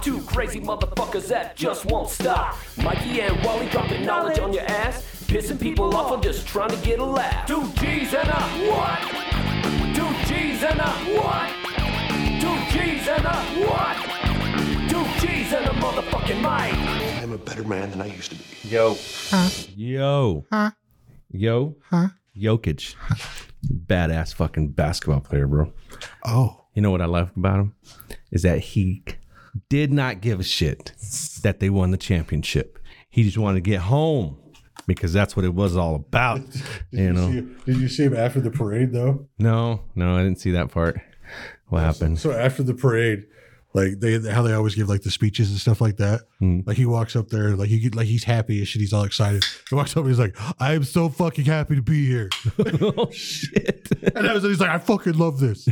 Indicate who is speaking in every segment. Speaker 1: Two crazy motherfuckers that just won't stop. Mikey and Wally dropping knowledge on your ass. Pissing people off, I'm just trying to get a laugh. Two G's and a what? Two G's and a what? Two G's and a what? Two G's and a motherfucking mic.
Speaker 2: I'm a better man than I used to be.
Speaker 3: Yo.
Speaker 4: Yo. Huh? Yo. Huh? Jokic. Badass fucking basketball player, bro.
Speaker 5: Oh,
Speaker 4: You know what I loved about him? Is that he did not give a shit that they won the championship. He just wanted to get home because that's what it was all about. you know?
Speaker 5: See- did you see him after the parade though?
Speaker 4: No, no, I didn't see that part. What happened?
Speaker 5: So after the parade, like they how they always give like the speeches and stuff like that.
Speaker 4: Hmm.
Speaker 5: Like he walks up there, like he get- like he's happy as shit. He's all excited. He walks up, and he's like, "I am so fucking happy to be here."
Speaker 4: oh shit!
Speaker 5: And I was, he's like, "I fucking love this."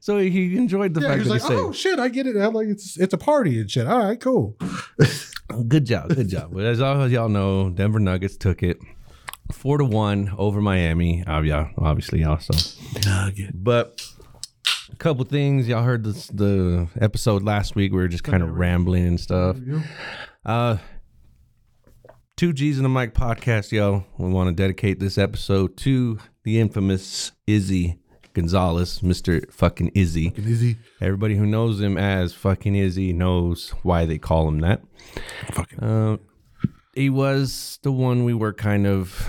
Speaker 4: so he enjoyed the
Speaker 5: Yeah,
Speaker 4: fact
Speaker 5: he's
Speaker 4: that
Speaker 5: like,
Speaker 4: he
Speaker 5: "Oh
Speaker 4: saved.
Speaker 5: shit, I get it." I'm like, "It's it's a party and shit." All right, cool.
Speaker 4: Good job, good job. But as all as y'all know, Denver Nuggets took it four to one over Miami. Oh, yeah, obviously, also. But a couple things y'all heard this, the episode last week. We were just kind of rambling and stuff. Uh, two G's in the mic podcast, yo. We want to dedicate this episode to the infamous Izzy Gonzalez, Mister Fucking Izzy.
Speaker 5: Izzy,
Speaker 4: Everybody who knows him as fucking Izzy knows why they call him that.
Speaker 5: Fucking-
Speaker 4: Uh, he was the one we were kind of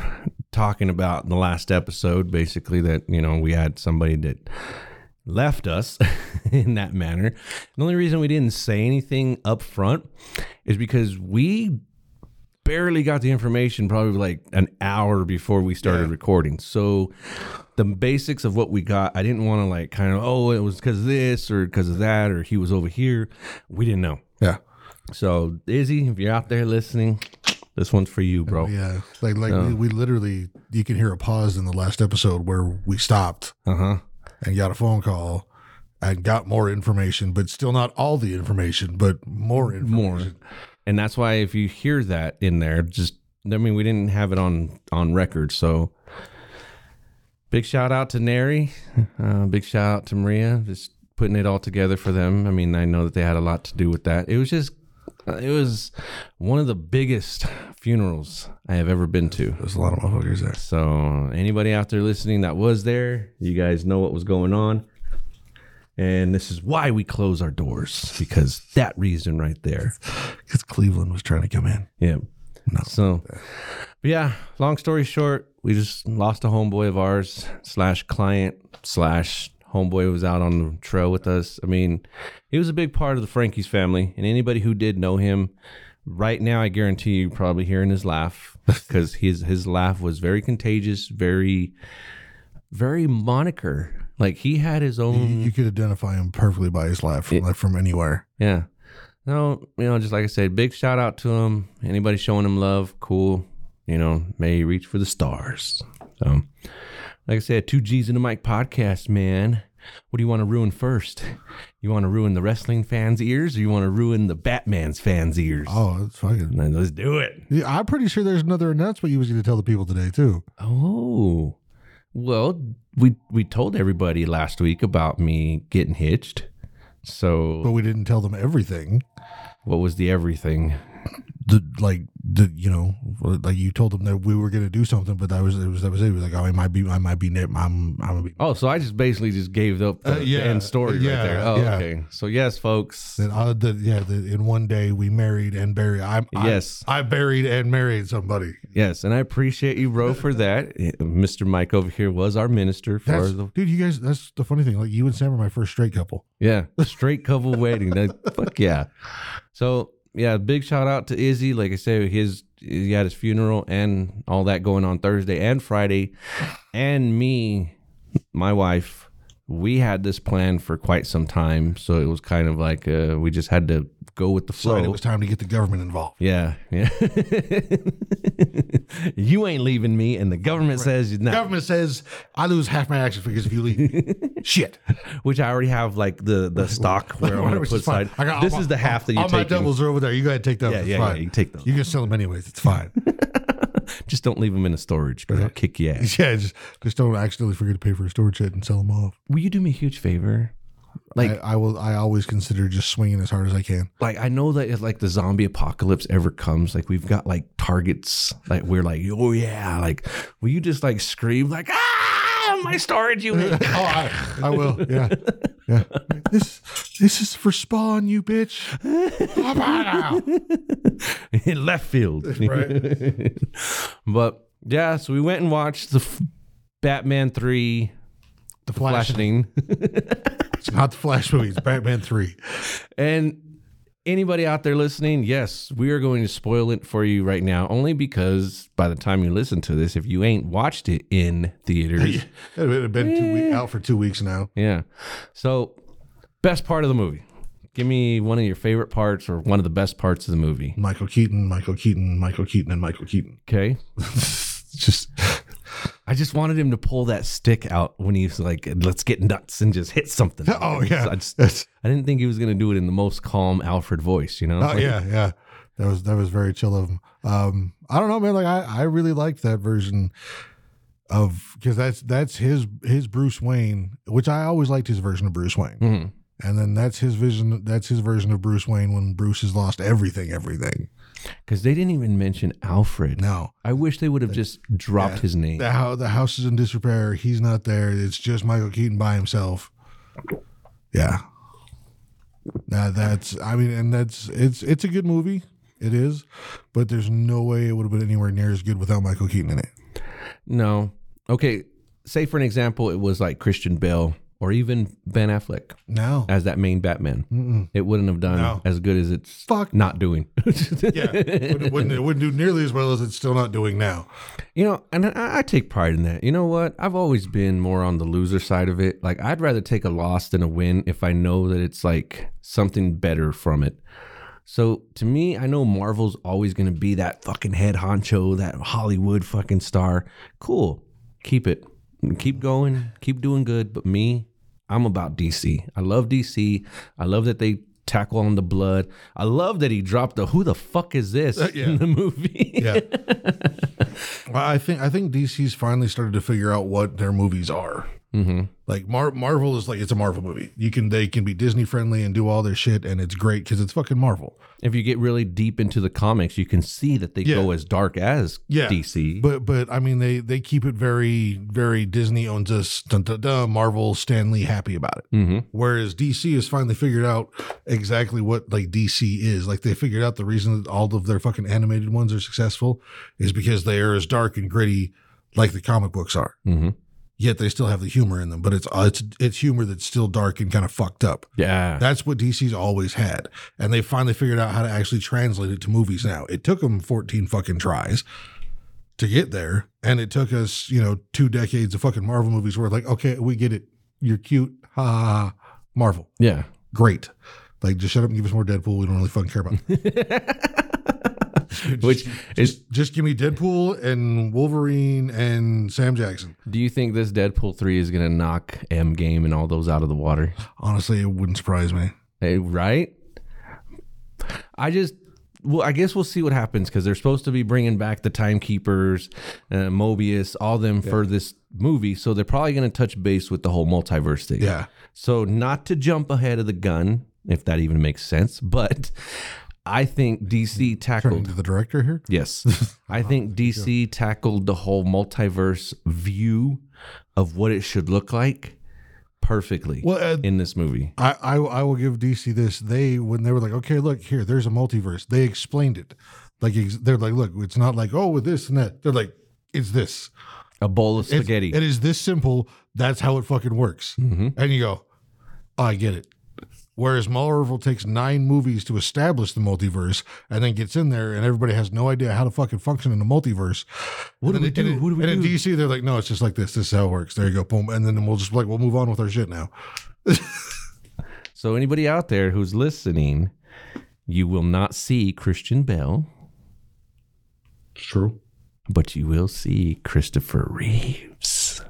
Speaker 4: talking about in the last episode, basically, that, you know, we had somebody that left us in that manner. The only reason we didn't say anything up front is because we barely got the information probably like an hour before we started recording. So the basics of what we got, I didn't want to like kind of, oh, it was because of this or because of that or he was over here. We didn't know.
Speaker 5: yeah,
Speaker 4: So Izzy, if you're out there listening, this one's for you, bro.
Speaker 5: yeah. Like like we, we literally, you can hear a pause in the last episode where we stopped
Speaker 4: Uh huh.
Speaker 5: and got a phone call and got more information, but still not all the information, but more
Speaker 4: More,
Speaker 5: information.
Speaker 4: and that's why if you hear that in there, just I mean, we didn't have it on on record, so. Big shout out to Neri. Uh, big shout out to Maria. Just putting it all together for them. I mean, I know that they had a lot to do with that. It was just, uh, it was one of the biggest funerals I have ever been to.
Speaker 5: There's a lot of motherfuckers there.
Speaker 4: So anybody out there listening that was there, you guys know what was going on. And this is why we close our doors because that reason right there.
Speaker 5: Because Cleveland was trying to come in.
Speaker 4: Yeah. So, but yeah, long story short, we just lost a homeboy of ours slash client slash homeboy was out on the trail with us. I mean, he was a big part of the Frankie's family, and anybody who did know him, right now, I guarantee you probably hearing his laugh because his his laugh was very contagious, very, very moniker. Like he had his
Speaker 5: You,
Speaker 4: own.
Speaker 5: you could identify him perfectly by his laugh from, like, from anywhere.
Speaker 4: Yeah. No, you know, just like I said, big shout out to him. Anybody showing him love, cool. You know, may he reach for the stars. So, like I said, two G's in the mic podcast, man. What do you want to ruin first? You want to ruin the wrestling fans' ears, or you want to ruin the Batman's fans' ears?
Speaker 5: Oh, that's fucking.
Speaker 4: Then let's do it.
Speaker 5: Yeah, I'm pretty sure there's another announcement you was going to tell the people today too.
Speaker 4: Oh, well, we we told everybody last week about me getting hitched.
Speaker 5: but
Speaker 4: So,
Speaker 5: we didn't tell them everything.
Speaker 4: what was the everything?
Speaker 5: The like the you know like you told them that we were gonna do something, but that was it was that was it. it was like oh I might be I might be nip I'm I'm gonna be.
Speaker 4: Oh, so I just basically just gave up the,
Speaker 5: Uh, yeah.
Speaker 4: the end story
Speaker 5: Yeah,
Speaker 4: right there. Oh,
Speaker 5: yeah.
Speaker 4: okay. So yes, folks.
Speaker 5: That I, uh, the, yeah, the, in one day we married and buried. I'm I-
Speaker 4: Yes.
Speaker 5: I, buried and married somebody.
Speaker 4: Yes, and I appreciate you, bro, for that. Eh, Mr. Mike over here was our minister for
Speaker 5: That's,
Speaker 4: the
Speaker 5: dude, you guys. That's the funny thing. Like you and Sam are my first straight couple.
Speaker 4: yeah straight couple wedding. That, fuck yeah. So yeah, big shout out to Izzy. Like I said, his he had his funeral and all that going on Thursday and Friday, and me, my wife. We had this plan for quite some time, so it was kind of like uh, we just had to go with the
Speaker 5: So
Speaker 4: flow.
Speaker 5: and it was time to get the government involved.
Speaker 4: Yeah, yeah. you ain't leaving me, and the government says you're not.
Speaker 5: Government says I lose half my action figures if you leave. Shit.
Speaker 4: Which I already have like the the stock where I'm gonna
Speaker 5: Which
Speaker 4: put
Speaker 5: is fine.
Speaker 4: side.
Speaker 5: I got all
Speaker 4: this
Speaker 5: my-
Speaker 4: is the half that you
Speaker 5: all my
Speaker 4: take.
Speaker 5: doubles are over there. You go ahead and take those.
Speaker 4: Yeah,
Speaker 5: it's
Speaker 4: yeah, yeah,
Speaker 5: fine.
Speaker 4: you take those.
Speaker 5: You can sell them anyways. It's fine.
Speaker 4: Just don't leave them in a storage because I'll kick your ass.
Speaker 5: yeah, just just don't accidentally forget to pay for a storage shed and sell them off.
Speaker 4: Will you do me a huge favor? Like-
Speaker 5: I, I will. I always consider just swinging as hard as I can.
Speaker 4: like I know that if like the zombie apocalypse ever comes, like we've got like targets, like we're like, oh yeah, like will you just like scream like ah my storage unit?
Speaker 5: Oh, I, I will. Yeah, yeah. This this is for spawn, you bitch. Come on now.
Speaker 4: in left field. but yeah, so we went and watched the f- Batman 3
Speaker 5: The Flash.
Speaker 4: flashing.
Speaker 5: It's not the Flash movie. It's Batman Three.
Speaker 4: and anybody out there listening, yes, we are going to spoil it for you right now, only because by the time you listen to this, if you ain't watched it in theaters,
Speaker 5: It would have been two week, out for two weeks now.
Speaker 4: yeah. So, best part of the movie. Give me one of your favorite parts or one of the best parts of the movie.
Speaker 5: Michael Keaton, Michael Keaton, Michael Keaton, and Michael Keaton.
Speaker 4: Okay.
Speaker 5: Just
Speaker 4: I just wanted him to pull that stick out when he's like, let's get nuts and just hit something.
Speaker 5: oh yeah,
Speaker 4: I just,
Speaker 5: That's-
Speaker 4: I didn't think he was going to do it in the most calm Alfred voice, you know?
Speaker 5: oh yeah, yeah. That was that was very chill of him. Um, I don't know, man. Like I, I really like that version of because that's that's his his Bruce Wayne, which I always liked his version of Bruce Wayne.
Speaker 4: Mhm.
Speaker 5: And then that's his vision. That's his version of Bruce Wayne when Bruce has lost everything, everything.
Speaker 4: Because they didn't even mention Alfred.
Speaker 5: No,
Speaker 4: I wish they would have just dropped his name.
Speaker 5: the how the house is in disrepair. He's not there. It's just Michael Keaton by himself. Yeah. Now that's I mean, and that's it's it's a good movie. It is, but there's no way it would have been anywhere near as good without Michael Keaton in it.
Speaker 4: No. Okay. Say, for an example, it was like Christian Bale or even Ben Affleck
Speaker 5: No.
Speaker 4: as that main Batman. It wouldn't have done
Speaker 5: No.
Speaker 4: as good as it's
Speaker 5: Fuck.
Speaker 4: not doing.
Speaker 5: Yeah. it, wouldn't, it wouldn't do nearly as well as it's still not doing now.
Speaker 4: You know, and I, I take pride in that. You know what? I've always been more on the loser side of it. Like, I'd rather take a loss than a win if I know that it's like something better from it. So to me, I know Marvel's always going to be that fucking head honcho, that Hollywood fucking star. Cool. Keep it. Keep going. Keep doing good. But me, I'm about DC. I love DC. I love that they tackle on the blood. I love that he dropped the who the fuck is this
Speaker 5: yeah.
Speaker 4: in the movie.
Speaker 5: Yeah. well, I think I think DC's finally started to figure out what their movies are.
Speaker 4: hmm
Speaker 5: Like Mar- Marvel is like it's a Marvel movie. You can they can be Disney friendly and do all their shit, and it's great because it's fucking Marvel.
Speaker 4: if you get really deep into the comics, you can see that they
Speaker 5: Yeah.
Speaker 4: go as dark as
Speaker 5: Yeah.
Speaker 4: DC.
Speaker 5: But but I mean they they keep it very very Disney owns us. Dun, dun, dun, Marvel Stanley happy about it.
Speaker 4: hmm
Speaker 5: Whereas DC has finally figured out exactly what like DC is. Like they figured out the reason that all of their fucking animated ones are successful is because they are as dark and gritty like the comic books are.
Speaker 4: hmm
Speaker 5: Yet they still have the humor in them, but it's it's it's humor that's still dark and kind of fucked up.
Speaker 4: Yeah.
Speaker 5: That's what DC's always had. And they finally figured out how to actually translate it to movies now. It took them 14 fucking tries to get there. And it took us, you know, two decades of fucking Marvel movies where, like, okay, we get it. You're cute. Ha ha, ha. Marvel.
Speaker 4: yeah.
Speaker 5: Great. Like, just shut up and give us more Deadpool. We don't really fucking care about it.
Speaker 4: Which is
Speaker 5: just give me Deadpool and Wolverine and Sam Jackson.
Speaker 4: do you think this Deadpool 3 is going to knock M game and all those out of the water?
Speaker 5: Honestly, it wouldn't surprise me.
Speaker 4: Hey, right? I just well, I guess we'll see what happens because they're supposed to be bringing back the timekeepers, uh, Mobius, all them for this movie. So they're probably going to touch base with the whole multiverse thing.
Speaker 5: Yeah.
Speaker 4: So, not to jump ahead of the gun, if that even makes sense, but I think DC
Speaker 5: Turning
Speaker 4: tackled.
Speaker 5: to the director here.
Speaker 4: Yes. I think DC tackled the whole multiverse view of what it should look like perfectly
Speaker 5: Well, uh,
Speaker 4: in this movie.
Speaker 5: I, I I will give DC this. They when they were like, okay, look here, there's a multiverse. They explained it. Like ex- they're like, look, it's not like oh with this and that. They're like, it's this.
Speaker 4: A bowl of
Speaker 5: It's-
Speaker 4: spaghetti. Mm-hmm.
Speaker 5: It is this simple. That's how it fucking works. And you go, oh, I get it. Whereas Marvel takes nine movies to establish the multiverse and then gets in there, and everybody has no idea how to fucking function in the multiverse. What
Speaker 4: do we do? What do we
Speaker 5: and
Speaker 4: do?
Speaker 5: in DC, they're like, no, it's just like this. This is how it works. There you go. Boom. And then we'll just like, we'll move on with our shit now.
Speaker 4: So, anybody out there who's listening, you will not see Christian Bell,
Speaker 5: It's true.
Speaker 4: but you will see Christopher Reeves.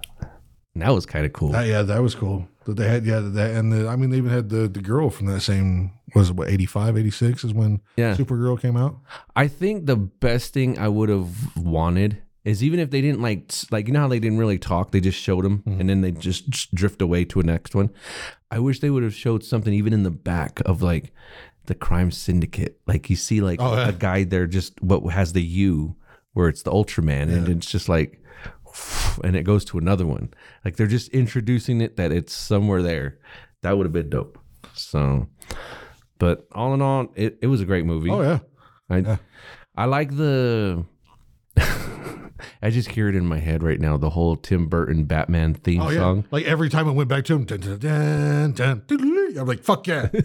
Speaker 4: And that was kind of cool.
Speaker 5: That, yeah, that was cool. That they had yeah that and the, I mean they even had the the girl from that same was it, what 85, 86 is when
Speaker 4: Yeah.
Speaker 5: Supergirl came out.
Speaker 4: I think the best thing I would have wanted is even if they didn't like s- like you know how they didn't really talk, they just showed them
Speaker 5: Mm-hmm.
Speaker 4: and then they just s- drift away to a next one. I wish they would have showed something even in the back of like the crime syndicate. Like you see like
Speaker 5: Oh, yeah.
Speaker 4: a guy there just what has the U where it's the Ultraman and it's just like and it goes to another one. Like they're just introducing it that it's somewhere there. That would have been dope. So but all in all, it, it was a great movie.
Speaker 5: Oh yeah.
Speaker 4: I I like the I just hear it in my head right now, the whole Tim Burton Batman theme
Speaker 5: Oh yeah.
Speaker 4: song.
Speaker 5: Like every time I went back to him, dun, dun, dun, dun, doodly-lee, I'm like, fuck yeah. yeah.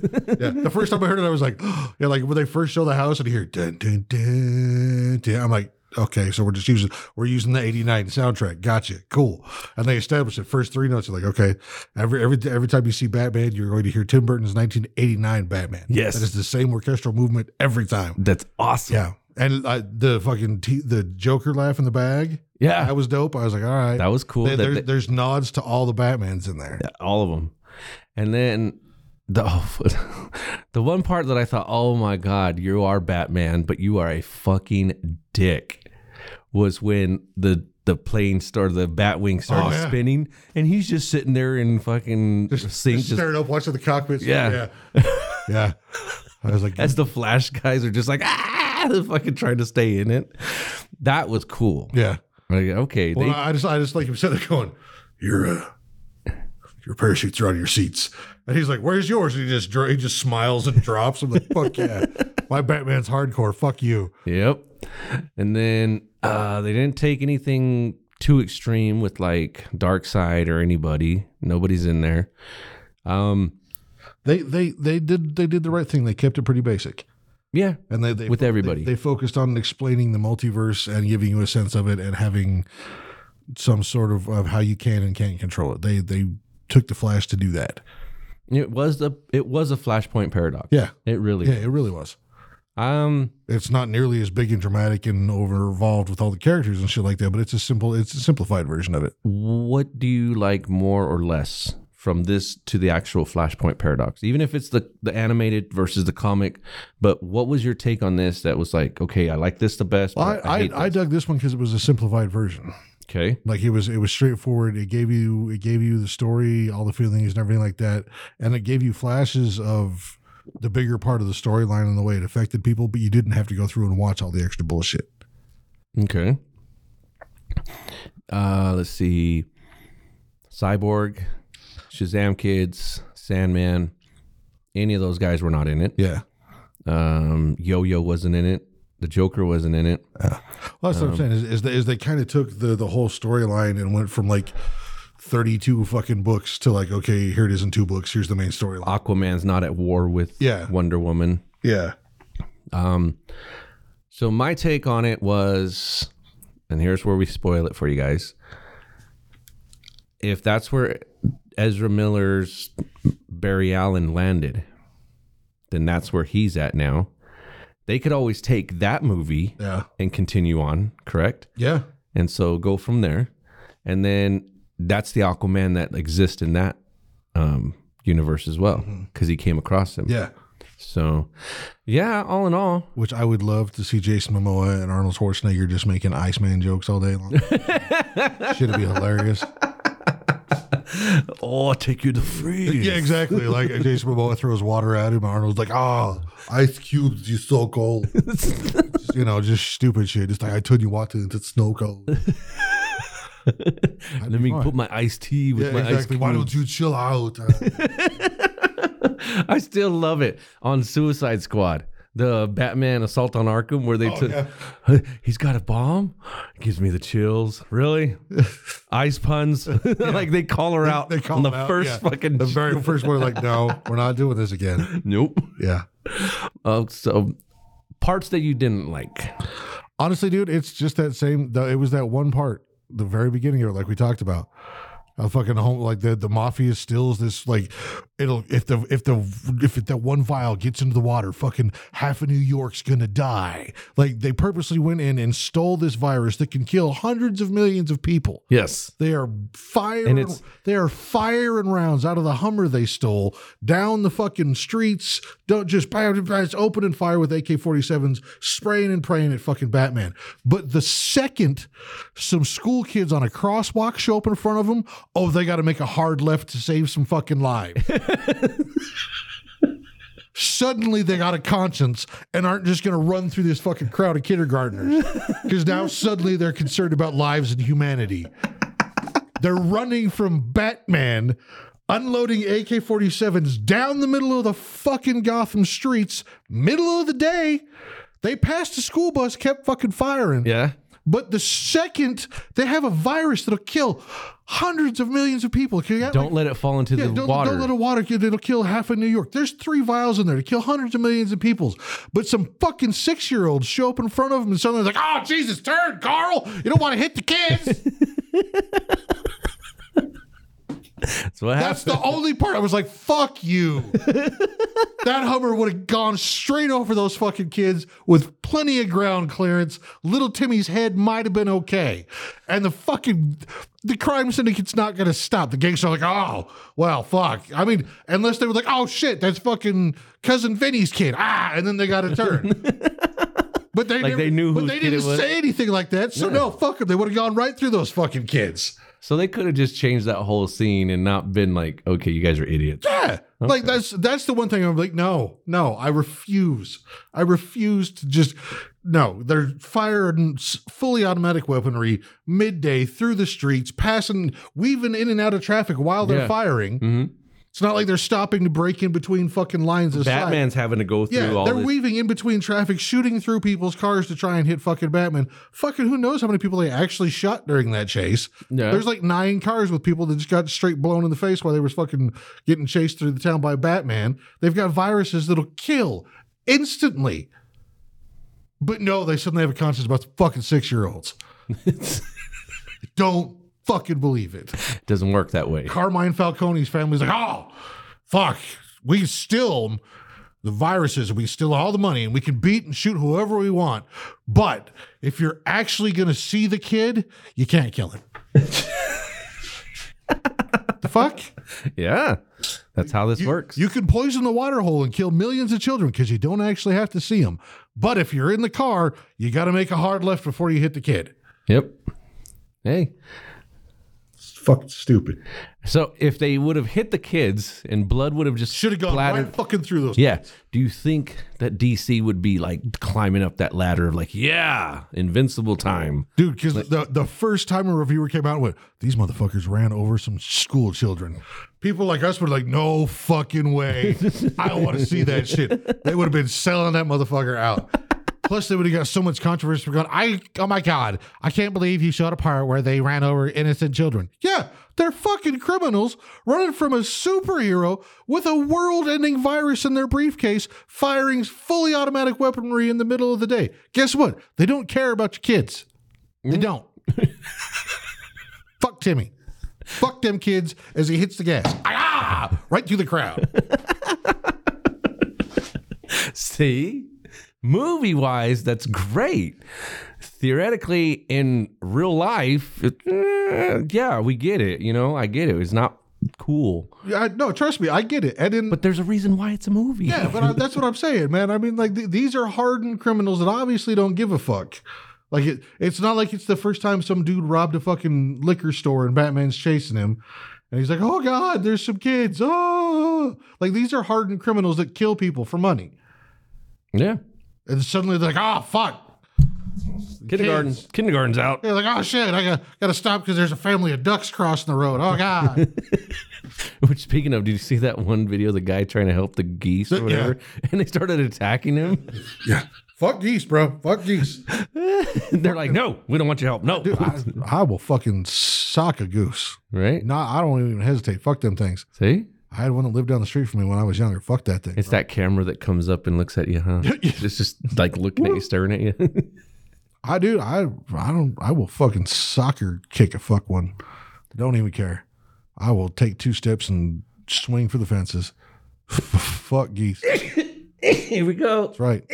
Speaker 5: The first time I heard it, I was like, yeah, like when they first show the house and you hear dun, dun, dun, dun, I'm like, okay, so we're just using we're using the 89 soundtrack. Gotcha. Cool. And they established it. First three notes are like, okay, every every every time you see Batman, you're going to hear Tim Burton's 1989 Batman.
Speaker 4: Yes.
Speaker 5: That is the same orchestral movement every time.
Speaker 4: That's awesome.
Speaker 5: Yeah. And I, the fucking t- the Joker laugh in the bag.
Speaker 4: Yeah.
Speaker 5: That was dope. I was like, all right.
Speaker 4: That was cool.
Speaker 5: There-
Speaker 4: that
Speaker 5: there's,
Speaker 4: they-
Speaker 5: there's nods to all the Batmans in there.
Speaker 4: all of them. And then the oh, the one part that I thought, "Oh my god, you are Batman, but you are a fucking dick." was when the the plane started the Batwing started
Speaker 5: Oh, yeah.
Speaker 4: spinning and he's just sitting there in fucking sink
Speaker 5: Just
Speaker 4: just
Speaker 5: staring up, watching the cockpit.
Speaker 4: Yeah.
Speaker 5: yeah, Yeah. I was like,
Speaker 4: as the flash guys are just like ah they're fucking trying to stay in it that was cool
Speaker 5: yeah.
Speaker 4: like okay
Speaker 5: Well, uh,
Speaker 4: they,
Speaker 5: I just, I just like him sitting there going, "Your, uh, your parachutes are on your seats," and he's like, "Where's yours?" And he just, dro- he just smiles and drops. I'm like, "Fuck yeah, my Batman's hardcore. Fuck you."
Speaker 4: yep and then uh they didn't take anything too extreme with like dark side or anybody nobody's in there um
Speaker 5: They, they, they did, they did the right thing. They kept it pretty basic.
Speaker 4: yeah
Speaker 5: and they, they
Speaker 4: With
Speaker 5: they-
Speaker 4: everybody.
Speaker 5: they, focused on explaining the multiverse and giving you a sense of it and having some sort of, of how you can and can't control it they they took the flash to do that
Speaker 4: it was the it was a flashpoint paradox
Speaker 5: yeah
Speaker 4: it really
Speaker 5: yeah it really was
Speaker 4: um
Speaker 5: it's not nearly as big and dramatic and over involved with all the characters and shit like that but it's a simple it's a simplified version of it
Speaker 4: what do you like more or less from this to the actual flashpoint paradox even if it's the the animated versus the comic but what was your take on this that was like okay i like this the best
Speaker 5: well,
Speaker 4: but
Speaker 5: I, I,
Speaker 4: hate
Speaker 5: I
Speaker 4: this.
Speaker 5: dug this one because it was a simplified version
Speaker 4: okay
Speaker 5: like it was it was straightforward it gave you it gave you the story all the feelings and everything like that and it gave you flashes of the bigger part of the storyline and the way it affected people but you didn't have to go through and watch all the extra bullshit
Speaker 4: okay uh let's see cyborg shazam kids sandman any of those guys were not in it
Speaker 5: yeah
Speaker 4: um yo-yo wasn't in it the joker wasn't in it
Speaker 5: Uh, well, that's what i'm saying is, is, they, is they kind of took the the whole storyline and went from like 32 fucking books to like okay here it is in two books here's the main storyline
Speaker 4: aquaman's not at war with
Speaker 5: Yeah.
Speaker 4: wonder woman
Speaker 5: yeah
Speaker 4: Um, so my take on it was, and here's where we spoil it for you guys. If that's where Ezra Miller's Barry Allen landed, then that's where he's at now. They could always take that movie
Speaker 5: yeah
Speaker 4: and continue on, correct?
Speaker 5: yeah
Speaker 4: And so go from there. And then that's the Aquaman that exists in that um, universe as well, because he came across him.
Speaker 5: yeah
Speaker 4: So, yeah, all in all,
Speaker 5: which I would love to see Jason Momoa and Arnold Schwarzenegger just making Iceman jokes all day long. Shit would be hilarious.
Speaker 4: Oh, I'll take you to freeze.
Speaker 5: Yeah, exactly. Like Jason Momoa throws water at him, Arnold's like, "Ah, ice cubes, you so cold." you know, just stupid shit. Just like I told you what to, it's snow cold.
Speaker 4: Let me put my iced tea with
Speaker 5: Yeah,
Speaker 4: my
Speaker 5: exactly. Why
Speaker 4: ice
Speaker 5: don't you chill out? Uh,
Speaker 4: cube. I still love it on Suicide Squad. The Batman Assault on Arkham, where they
Speaker 5: Oh,
Speaker 4: took, he's got a bomb, gives me the chills. Really, ice puns, like they call her out
Speaker 5: they call
Speaker 4: on the
Speaker 5: him out,
Speaker 4: first
Speaker 5: yeah.
Speaker 4: fucking.
Speaker 5: the very first one, like, no, we're not doing this again.
Speaker 4: nope.
Speaker 5: Yeah.
Speaker 4: Uh, so, parts that you didn't like.
Speaker 5: Honestly, dude, it's just that same. The, it was that one part, the very beginning of it, like we talked about. A fucking home, like the the mafia steals this like it'll if the if the if that one vial gets into the water, fucking half of New York's gonna die. Like they purposely went in and stole this virus that can kill hundreds of millions of people.
Speaker 4: Yes.
Speaker 5: They are firing.
Speaker 4: And it's-
Speaker 5: they are firing rounds out of the Hummer they stole down the fucking streets. Don't just bam, bam, it's opening fire with AK-47s, spraying and praying at fucking Batman. But the second some school kids on a crosswalk show up in front of them, oh, they got to make a hard left to save some fucking lives. Suddenly they got a conscience and aren't just going to run through this fucking crowd of kindergartners because now suddenly they're concerned about lives and humanity. They're running from Batman, unloading AK 47s down the middle of the fucking Gotham streets, middle of the day. They passed the school bus, kept fucking firing.
Speaker 4: Yeah.
Speaker 5: But the second they have a virus that'll kill hundreds of millions of people, you got, like,
Speaker 4: Don't let it fall into
Speaker 5: yeah,
Speaker 4: the
Speaker 5: don't,
Speaker 4: water.
Speaker 5: don't let a water kill. It'll kill half of New York. There's three vials in there to kill hundreds of millions of people. But some fucking six year olds show up in front of them and suddenly like, oh, Jesus, turn, Carl. You don't want to hit the kids.
Speaker 4: That's what
Speaker 5: That's
Speaker 4: happened.
Speaker 5: the only part I was like, fuck you. that Hummer would have gone straight over those fucking kids with plenty of ground clearance. Little Timmy's head might have been okay. And the fucking the crime syndicate's not gonna stop. The gangs are like, oh, well, fuck. I mean, unless they were like, oh shit, that's fucking cousin Vinny's kid. Ah, and then they got a turn. But they,
Speaker 4: Like,
Speaker 5: never-
Speaker 4: they knew
Speaker 5: but
Speaker 4: whose
Speaker 5: they
Speaker 4: kid it
Speaker 5: didn't
Speaker 4: was.
Speaker 5: say anything like that. So no, fuck them. They would have gone right through those fucking kids.
Speaker 4: so they could have just changed that whole scene and not been like, okay, you guys are idiots.
Speaker 5: Yeah. Like that's that's the one thing I'm like, no, no, I refuse. I refuse to just no, they're firing s- fully automatic weaponry midday through the streets, passing, weaving in and out of traffic while they're
Speaker 4: Yeah.
Speaker 5: firing.
Speaker 4: Mhm.
Speaker 5: It's not like they're stopping to break in between fucking lines of sight.
Speaker 4: Batman's having to go through
Speaker 5: Yeah,
Speaker 4: all
Speaker 5: they're
Speaker 4: this.
Speaker 5: weaving in between traffic, shooting through people's cars to try and hit fucking Batman. Fucking who knows how many people they actually shot during that chase.
Speaker 4: Yeah.
Speaker 5: There's like nine cars with people that just got straight blown in the face while they was fucking getting chased through the town by Batman. They've got viruses that'll kill instantly. But no, they suddenly have a conscience about the fucking six year olds. Don't fucking believe it.
Speaker 4: Doesn't work that way.
Speaker 5: Carmine Falcone's family's like, oh, fuck, we steal the viruses, we steal all the money, and we can beat and shoot whoever we want. But if you're actually going to see the kid, you can't kill him. the fuck?
Speaker 4: Yeah. That's how this works.
Speaker 5: You can poison the water hole and kill millions of children because you don't actually have to see them. But if you're in the car, you got to make a hard left before you hit the kid.
Speaker 4: yep. Hey.
Speaker 5: It's fucking stupid.
Speaker 4: So if they would have hit the kids and blood would have just
Speaker 5: Should have gone
Speaker 4: splattered-
Speaker 5: right fucking through those.
Speaker 4: Yeah. Do you think that DC would be like climbing up that ladder of like, yeah, invincible time?
Speaker 5: Dude, because the, the first time a reviewer came out with these motherfuckers ran over some school children. People like us were like, no fucking way. I don't want to see that shit. They would have been selling that motherfucker out. Plus, they would have got so much controversy for going, I oh my god, I can't believe you showed a part where they ran over innocent children. Yeah, they're fucking criminals running from a superhero with a world-ending virus in their briefcase, firing fully automatic weaponry in the middle of the day. Guess what? They don't care about your kids. They don't. Fuck Timmy. Fuck them kids as he hits the gas. Ah! Right through the crowd.
Speaker 4: See? Movie wise, that's great. Theoretically, in real life, it- eh, yeah, we get it. You know, I get it. It's not cool.
Speaker 5: Yeah, I, no, trust me, I get it. And in,
Speaker 4: But there's a reason why it's a movie.
Speaker 5: yeah, but I, that's what I'm saying, man. I mean, like th- these are hardened criminals that obviously don't give a fuck. Like it, it's not like it's the first time some dude robbed a fucking liquor store and Batman's chasing him, and he's like, "Oh God, there's some kids." Oh, like these are hardened criminals that kill people for money,
Speaker 4: yeah.
Speaker 5: and suddenly they're like, "Oh fuck,
Speaker 4: Kindergarten,
Speaker 5: Kids.
Speaker 4: kindergarten's out.
Speaker 5: They're like, oh shit, I got got to stop because there's a family of ducks crossing the road. Oh god,
Speaker 4: Which, speaking of, did you see that one video? The guy trying to help the geese or
Speaker 5: Yeah.
Speaker 4: whatever, and they started attacking him.
Speaker 5: yeah, fuck geese, bro, fuck geese.
Speaker 4: They're like, "No, we don't want your help. No,
Speaker 5: I, I will fucking sock a goose.
Speaker 4: right?
Speaker 5: No, I don't even hesitate. Fuck them things.
Speaker 4: See,
Speaker 5: I had one that lived down the street from me when I was younger. Fuck that thing.
Speaker 4: It's that camera that comes up and looks at you, huh? it's just like looking at you, staring at you.
Speaker 5: I do. I I don't. I will fucking soccer kick a fuck one. Don't even care. I will take two steps and swing for the fences. Fuck geese. That's
Speaker 4: Here we go.
Speaker 5: right.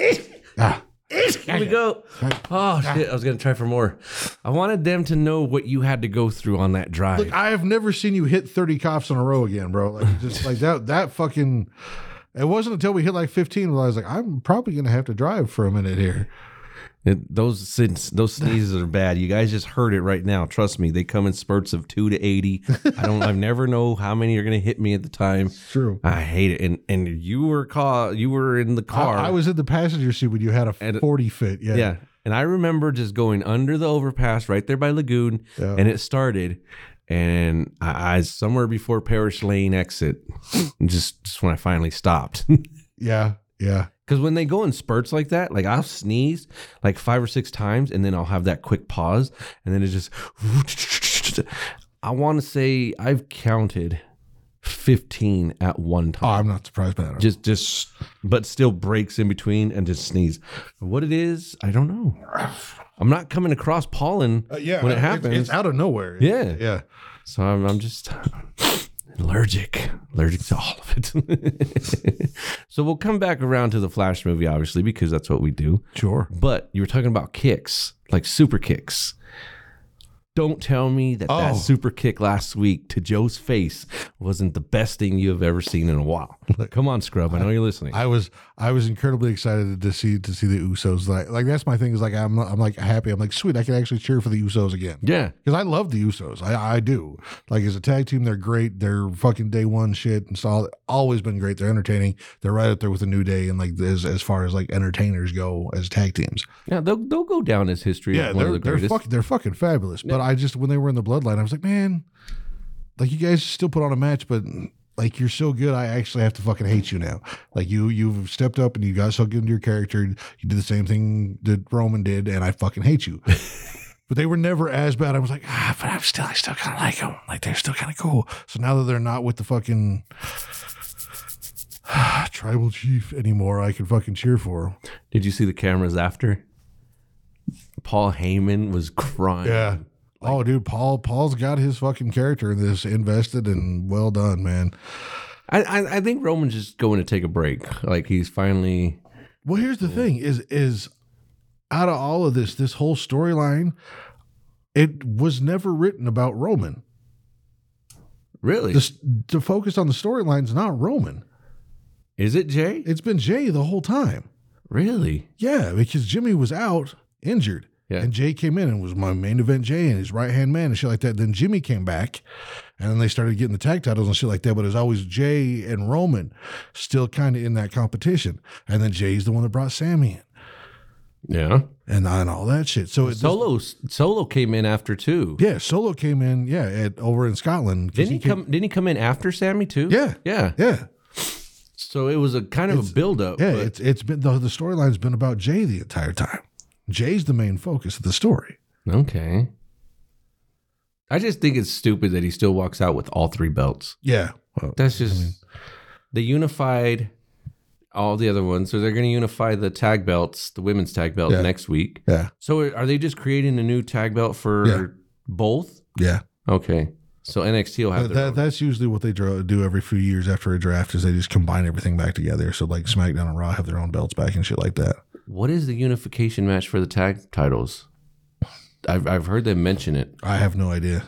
Speaker 5: Ah,
Speaker 4: Here we go. Oh shit! I was gonna try for more. I wanted them to know what you had to go through on that drive.
Speaker 5: Look, I have never seen you hit 30 cops in a row again, bro. Like just like that that fucking it wasn't until we hit like 15 that I was like, I'm probably gonna have to drive for a minute here.
Speaker 4: It- those since those sneezes are bad. You guys just heard it right now. Trust me, they come in spurts of two to eighty. I don't. I never know how many are gonna hit me at the time.
Speaker 5: True.
Speaker 4: I hate it. And and you were ca- You were in the car.
Speaker 5: I, I was in the passenger seat when you had a
Speaker 4: And-
Speaker 5: 40 fit. Yeah.
Speaker 4: Yeah. And I remember just going under the overpass right there by Lagoon,
Speaker 5: Yeah.
Speaker 4: and it started. And I, I somewhere before Parish Lane exit, just, just when I finally stopped.
Speaker 5: Yeah. Yeah.
Speaker 4: Because when they go in spurts like that, like I'll sneeze like five or six times, and then I'll have that quick pause, and then it just. I want to say I've counted fifteen at one
Speaker 5: Oh,
Speaker 4: time.
Speaker 5: I'm not surprised by that.
Speaker 4: Just, just, but still breaks in between and just sneeze. What it is, I don't know. I'm not coming across pollen
Speaker 5: Uh, yeah.
Speaker 4: when it
Speaker 5: it's-
Speaker 4: happens,
Speaker 5: it's out of nowhere.
Speaker 4: Yeah.
Speaker 5: Yeah.
Speaker 4: so I'm, I'm just allergic, allergic to all of it. so we'll come back around to the Flash movie, obviously, because that's what we do.
Speaker 5: Sure.
Speaker 4: But you were talking about kicks, like super kicks. Don't tell me that
Speaker 5: Oh.
Speaker 4: that super kick last week to Joe's face wasn't the best thing you have ever seen in a while. Come on, Scrub. I know you're listening.
Speaker 5: I was I was incredibly excited to see to see the Usos. Like like that's my thing is like I'm I'm like happy. I'm like sweet. I can actually cheer for the Usos again.
Speaker 4: yeah.
Speaker 5: Because I love the Usos. I, I do. Like as a tag team, they're great. They're fucking day one shit and solid. Always been great. They're entertaining. They're right up there with the New Day and like as as far as like entertainers go as tag teams.
Speaker 4: Yeah, they'll, they'll go down as history.
Speaker 5: Yeah,
Speaker 4: as one
Speaker 5: they're
Speaker 4: of the
Speaker 5: they're
Speaker 4: greatest.
Speaker 5: fucking they're fucking fabulous. But I just when they were in the bloodline, I was like, man, like you guys still put on a match, but like you're so good, I actually have to fucking hate you now. Like you you've stepped up and you got so good into your character. You did the same thing that Roman did, and I fucking hate you. But they were never as bad. I was like, ah, but I'm still, I still kind of like them. Like they're still kind of cool. So now that they're not with the fucking tribal chief anymore, I can fucking cheer for them.
Speaker 4: Did you see the cameras after? Paul Heyman was crying.
Speaker 5: Yeah. oh, dude, Paul. Paul's got his fucking character in this invested, and well done, man.
Speaker 4: I, I, I think Roman's just going to take a break. Like he's finally.
Speaker 5: Well, here's the thing: is is out of all of this, this whole storyline, it was never written about Roman.
Speaker 4: Really?
Speaker 5: The, s- the focus on the storyline's not Roman.
Speaker 4: Is it Jay?
Speaker 5: It's been Jay the whole time.
Speaker 4: Really?
Speaker 5: Yeah, because Jimmy was out injured.
Speaker 4: Yeah.
Speaker 5: And Jay came in and was my main event Jay and his right hand man and shit like that. Then Jimmy came back and then they started getting the tag titles and shit like that. But it was always Jay and Roman still kind of in that competition. And then Jay's the one that brought Sammy in
Speaker 4: Yeah.
Speaker 5: and, and all that shit. So it
Speaker 4: Solo Solo came in after too.
Speaker 5: yeah, Solo came in, yeah, at, over in Scotland. 'cause
Speaker 4: Didn't he
Speaker 5: came-
Speaker 4: come? Didn't he come in after Sammy too?
Speaker 5: Yeah.
Speaker 4: yeah.
Speaker 5: Yeah.
Speaker 4: So it was a kind of a buildup.
Speaker 5: Yeah.
Speaker 4: but-
Speaker 5: It's, it's been the, the storyline's been about Jay the entire time. Jay's the main focus of the story.
Speaker 4: okay. I just think it's stupid that he still walks out with all three belts.
Speaker 5: Yeah. Well,
Speaker 4: That's just they unified all the other ones, so they're going to unify the tag belts, the women's tag belt
Speaker 5: Yeah.
Speaker 4: next week.
Speaker 5: yeah.
Speaker 4: So are they just creating a new tag belt for
Speaker 5: Yeah.
Speaker 4: both?
Speaker 5: Yeah.
Speaker 4: Okay. So NXT will have
Speaker 5: That,
Speaker 4: their
Speaker 5: that-
Speaker 4: own.
Speaker 5: that's usually what they draw, do every few years after a draft is they just combine everything back together. So like SmackDown and Raw have their own belts back and shit like that.
Speaker 4: What is the unification match for the tag titles? I've, I've heard them mention it.
Speaker 5: I have no idea.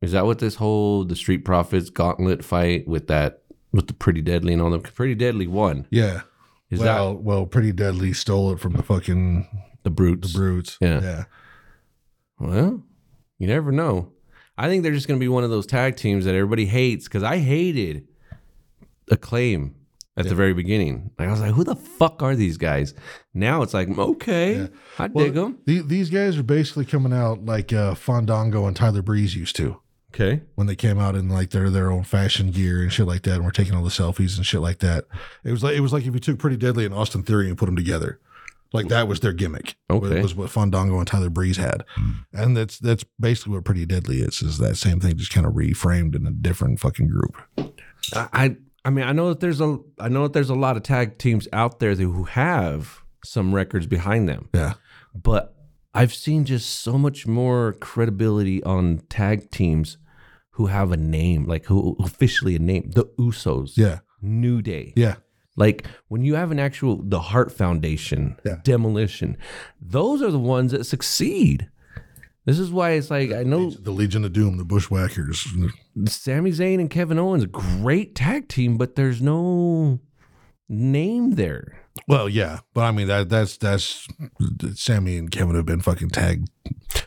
Speaker 4: Is that what this whole the Street Profits gauntlet fight with that with the Pretty Deadly and all them? Pretty Deadly won.
Speaker 5: Yeah.
Speaker 4: Is
Speaker 5: well, well, pretty deadly stole it from the fucking
Speaker 4: that the brutes?
Speaker 5: brutes.
Speaker 4: Yeah.
Speaker 5: Yeah.
Speaker 4: Well, you never know. I think they're just going to be one of those tag teams that everybody hates because I hated Acclaim at the very beginning. Like I was like, who the fuck are these guys? Now it's like, okay, I dig them.
Speaker 5: The- these guys are basically coming out like uh, Fandango and Tyler Breeze used to
Speaker 4: Okay.
Speaker 5: when they came out in like their their own fashion gear and shit like that and were taking all the selfies and shit like that. It was like it was like if you took Pretty Deadly and Austin Theory and put them together. Like that was their gimmick.
Speaker 4: Okay.
Speaker 5: was what Fandango and Tyler Breeze had, and that's that's basically what Pretty Deadly is. Is that same thing just kind of reframed in a different fucking group?
Speaker 4: I, I I mean I know that there's a I know that there's a lot of tag teams out there that, who have some records behind them,
Speaker 5: Yeah,
Speaker 4: but I've seen just so much more credibility on tag teams who have a name, like who officially a name, the Usos,
Speaker 5: Yeah.
Speaker 4: New Day,
Speaker 5: Yeah.
Speaker 4: like when you have an actual the Heart Foundation,
Speaker 5: Yeah.
Speaker 4: Demolition, those are the ones that succeed. This is why it's like I know
Speaker 5: The Legion of Doom, the Bushwhackers.
Speaker 4: Sami Zayn and Kevin Owens, great tag team, but there's no name there.
Speaker 5: Well, yeah, but I mean that that's that's Sammy and Kevin have been fucking tagged.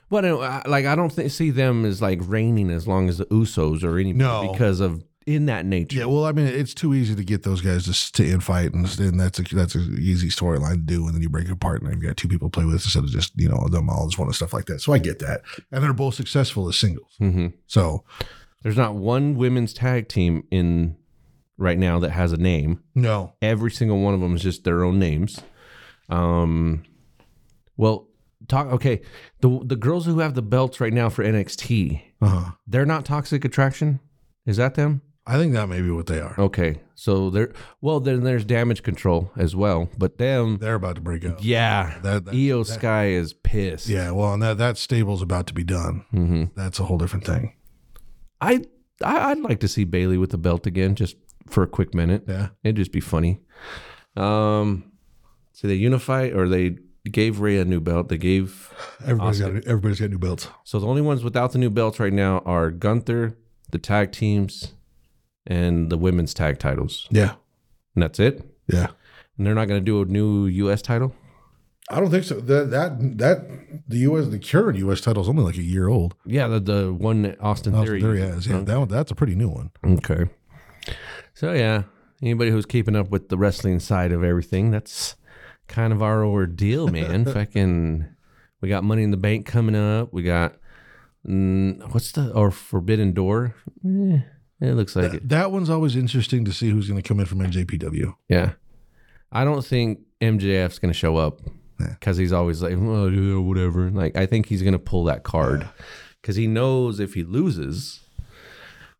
Speaker 4: But I don't- I- like, I don't think, see them as like reigning as long as the Usos or anything
Speaker 5: No.
Speaker 4: because of in that nature.
Speaker 5: Yeah, well, I mean it's too easy to get those guys to s- to infight, and, s- and that's a that's an easy storyline to do, and then you break it apart, and you've got two people to play with instead of just you know them all just want stuff like that. So I get that, and they're both successful as singles.
Speaker 4: Mhm.
Speaker 5: So
Speaker 4: There's not one women's tag team in right now that has a name.
Speaker 5: no,
Speaker 4: Every single one of them is just their own names. Um, well, talk okay. The the girls who have the belts right now for NXT,
Speaker 5: uh huh.
Speaker 4: they're not Toxic Attraction. Is that them?
Speaker 5: I think that may be what they are.
Speaker 4: Okay, so there. Well, then there's Damage Control as well, but them.
Speaker 5: They're about to break up.
Speaker 4: Yeah,
Speaker 5: That- that-
Speaker 4: Io Sky is pissed.
Speaker 5: Yeah, well, and that that stable's about to be done. That's a whole different thing.
Speaker 4: I, I I'd like to see Bailey with the belt again, just for a quick minute.
Speaker 5: Yeah.
Speaker 4: it'd just be funny. Um, so they unify, or they gave Ray a new belt. They gave
Speaker 5: Everybody's got everybody's got new belts.
Speaker 4: so the only ones without the new belts right now are Gunther, the tag teams, and the women's tag titles,
Speaker 5: Yeah,
Speaker 4: and that's it.
Speaker 5: yeah.
Speaker 4: And they're not going to do a new U.S. title.
Speaker 5: I don't think so. That that that the U.S. the current U.S. title is only like a year old.
Speaker 4: Yeah, the, the one that Austin,
Speaker 5: There,
Speaker 4: Theory.
Speaker 5: he is. Yeah, that one, that's a pretty new one.
Speaker 4: Okay. So yeah, anybody who's keeping up with the wrestling side of everything, that's kind of our ordeal, man. Fucking, we got Money in the Bank coming up. We got mm, what's the or Forbidden Door? Eh, it looks like it.
Speaker 5: That one's always interesting to see who's going to come in from NJPW.
Speaker 4: Yeah. I don't think MJF's going to show up because he's always like, oh, yeah, whatever. Like, I think he's going to pull that card because he knows if he loses.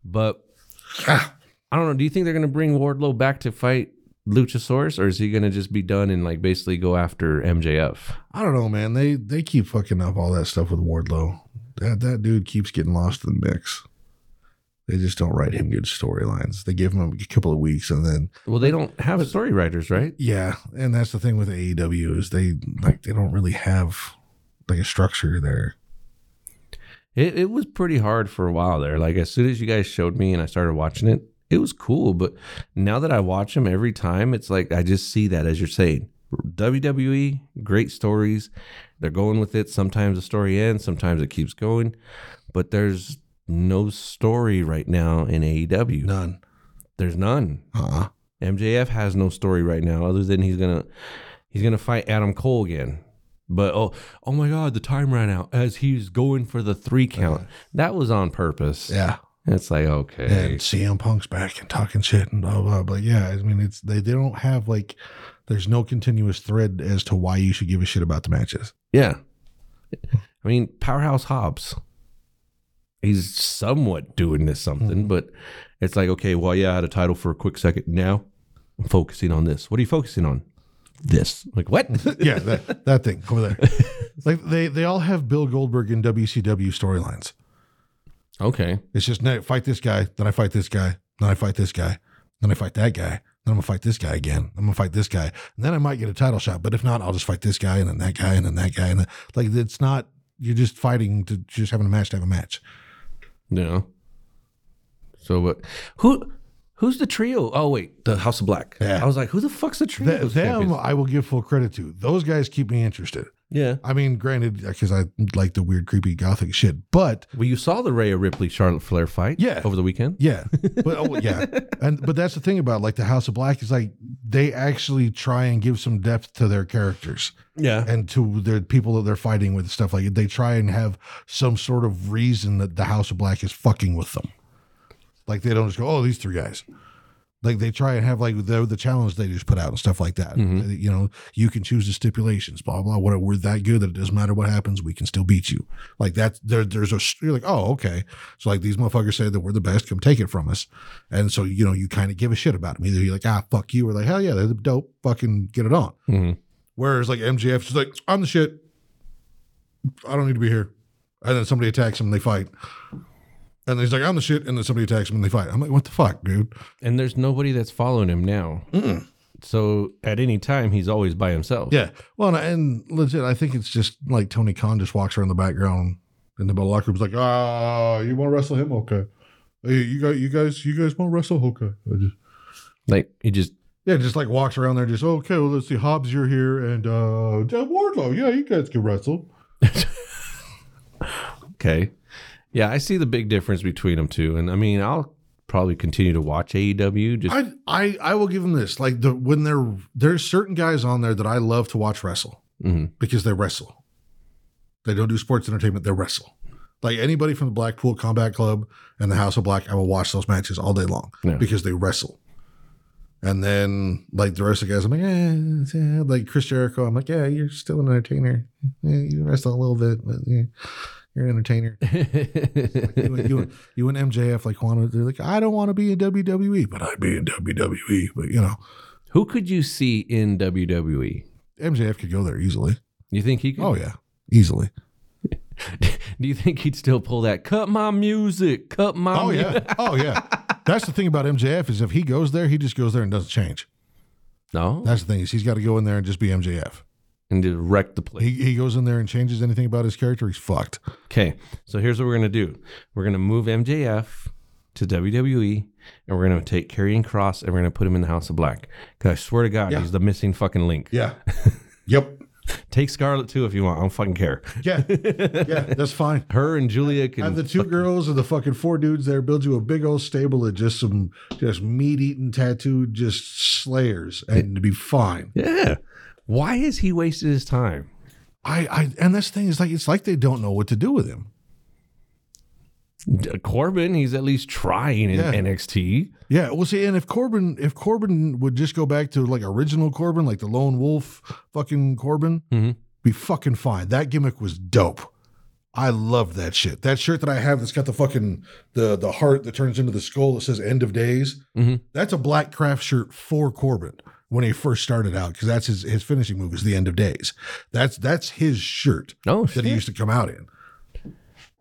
Speaker 4: But I don't know. Do you think they're going to bring Wardlow back to fight Luchasaurus or is he going to just be done and like basically go after MJF?
Speaker 5: I don't know, man. They they keep fucking up all that stuff with Wardlow. That that dude keeps getting lost in the mix. They just don't write him good storylines. They give him a couple of weeks and then
Speaker 4: Well, they don't have story writers, right?
Speaker 5: yeah, and that's the thing with AEW is they like they don't really have like a structure there.
Speaker 4: It, it was pretty hard for a while there. Like as soon as you guys showed me and I started watching it, it was cool. But now that I watch them every time, it's like I just see that as you're saying. WWE, great stories. They're going with it. Sometimes the story ends, sometimes it keeps going. But there's no story right now in AEW.
Speaker 5: None.
Speaker 4: There's none.
Speaker 5: Uh-uh.
Speaker 4: MJF has no story right now other than he's gonna he's gonna fight Adam Cole again. But oh oh my god, the time ran out as he's going for the three count. That was on purpose.
Speaker 5: Yeah.
Speaker 4: It's like okay.
Speaker 5: and CM Punk's back and talking shit and blah blah. But yeah, I mean, it's they, they don't have like there's no continuous thread as to why you should give a shit about the matches.
Speaker 4: Yeah. I mean, Powerhouse Hobbs. He's somewhat doing this something, but it's like, okay, well, yeah, I had a title for a quick second. Now I'm focusing on this. What are you focusing on? This. Like what?
Speaker 5: Yeah, that, that thing over there. Like they they all have Bill Goldberg in WCW storylines.
Speaker 4: okay.
Speaker 5: It's just no, fight this guy, then I fight this guy, then I fight this guy, then I fight that guy, then I'm gonna fight this guy again. I'm gonna fight this guy, and then I might get a title shot. But if not, I'll just fight this guy and then that guy and then that guy and then, like it's not. You're just fighting to just having a match to have a match.
Speaker 4: Yeah. So what? Who? Who's the trio? Oh wait, the House of Black.
Speaker 5: Yeah.
Speaker 4: I was like, who the fuck's the trio?
Speaker 5: Th- them, I will give full credit to. Those guys keep me interested.
Speaker 4: yeah.
Speaker 5: I mean, granted, because I like the weird, creepy gothic shit, but
Speaker 4: Well, you saw the Rhea Ripley Charlotte Flair fight.
Speaker 5: Yeah.
Speaker 4: Over the weekend.
Speaker 5: yeah, but oh yeah, and but that's the thing about like the House of Black is like they actually try and give some depth to their characters
Speaker 4: Yeah.
Speaker 5: and to their people that they're fighting with and stuff like they try and have some sort of reason that the House of Black is fucking with them. Like they don't just go, oh, these three guys. Like they try and have like the the challenge they just put out and stuff like that. Uh, You know, you can choose the stipulations, blah blah. What we're that good that it doesn't matter what happens, we can still beat you. Like that. There, there's a you're like, oh okay. So like these motherfuckers say that we're the best, come take it from us. And so you know you kind of give a shit about them. Either you're like ah fuck you, or like hell yeah they're the dope, fucking get it on. Whereas like MJF is like, I'm the shit. I don't need to be here. And then somebody attacks him and they fight. And he's like, I'm the shit. And then somebody attacks him and they fight. I'm like, what the fuck, dude?
Speaker 4: And there's nobody that's following him now. So at any time, he's always by himself.
Speaker 5: Yeah. Well, and, and legit, I think it's just like Tony Khan just walks around the background and the locker room's like, ah, you want to wrestle him? Okay. Hey, you guys, you guys, you guys want to wrestle? Okay. I just-
Speaker 4: Like he just
Speaker 5: yeah, just like walks around there, just okay. Well, let's see. Hobbs, you're here, and uh, Deb Wardlow. Yeah, you guys can wrestle.
Speaker 4: okay. Yeah, I see the big difference between them two, and I mean, I'll probably continue to watch AEW. Just
Speaker 5: I, I, I will give him this. Like the when they're there's certain guys on there that I love to watch wrestle
Speaker 4: Mhm.
Speaker 5: because they wrestle. They don't do sports entertainment. They wrestle. Like anybody from the Blackpool Combat Club and the House of Black, I will watch those matches all day long
Speaker 4: Yeah.
Speaker 5: because they wrestle. And then like the rest of the guys, I'm like, eh, eh, like Chris Jericho, I'm like, yeah, you're still an entertainer. Yeah, you wrestle a little bit, but yeah, you're an entertainer. you, and- you, and- you and MJF like wanted they're like I don't want to be in WWE, but I'd be in WWE. But you know,
Speaker 4: Who could you see in WWE?
Speaker 5: MJF could go there easily.
Speaker 4: You think he? Could?
Speaker 5: Oh yeah, easily.
Speaker 4: Do you think he'd still pull that? Cut my music. Cut my.
Speaker 5: Oh
Speaker 4: mu-"
Speaker 5: yeah, oh yeah. That's the thing about MJF is if he goes there, he just goes there and doesn't change.
Speaker 4: No.
Speaker 5: That's the thing is he's got to go in there and just be MJF.
Speaker 4: and to wreck the place.
Speaker 5: He he goes in there and changes anything about his character, he's fucked.
Speaker 4: Okay, so here's what we're gonna do. We're gonna move MJF to WWE, and we're gonna take Karrion Cross, and we're gonna put him in the House of Black. Cause I swear to God,
Speaker 5: Yeah.
Speaker 4: he's the missing fucking link.
Speaker 5: Yeah. yep.
Speaker 4: Take Scarlett too if you want. I don't fucking care.
Speaker 5: Yeah. Yeah. That's fine.
Speaker 4: Her and Julia can.
Speaker 5: And the two girls and the fucking four dudes there build you a big old stable of just some just meat eating tattooed just slayers and to be fine.
Speaker 4: yeah. Why has he wasted his time?
Speaker 5: I, I and this thing is like it's like they don't know what to do with him.
Speaker 4: D- Corbin, he's at least trying in
Speaker 5: Yeah.
Speaker 4: NXT.
Speaker 5: Yeah, well, see, and if Corbin, if Corbin would just go back to like original Corbin, like the lone wolf, fucking Corbin, be fucking fine. That gimmick was dope. I love that shit. That shirt that I have that's got the fucking the the heart that turns into the skull that says "End of Days." That's a black craft shirt for Corbin when he first started out because that's his his finishing move is the End of Days. That's that's his shirt
Speaker 4: Oh,
Speaker 5: that he used to come out in.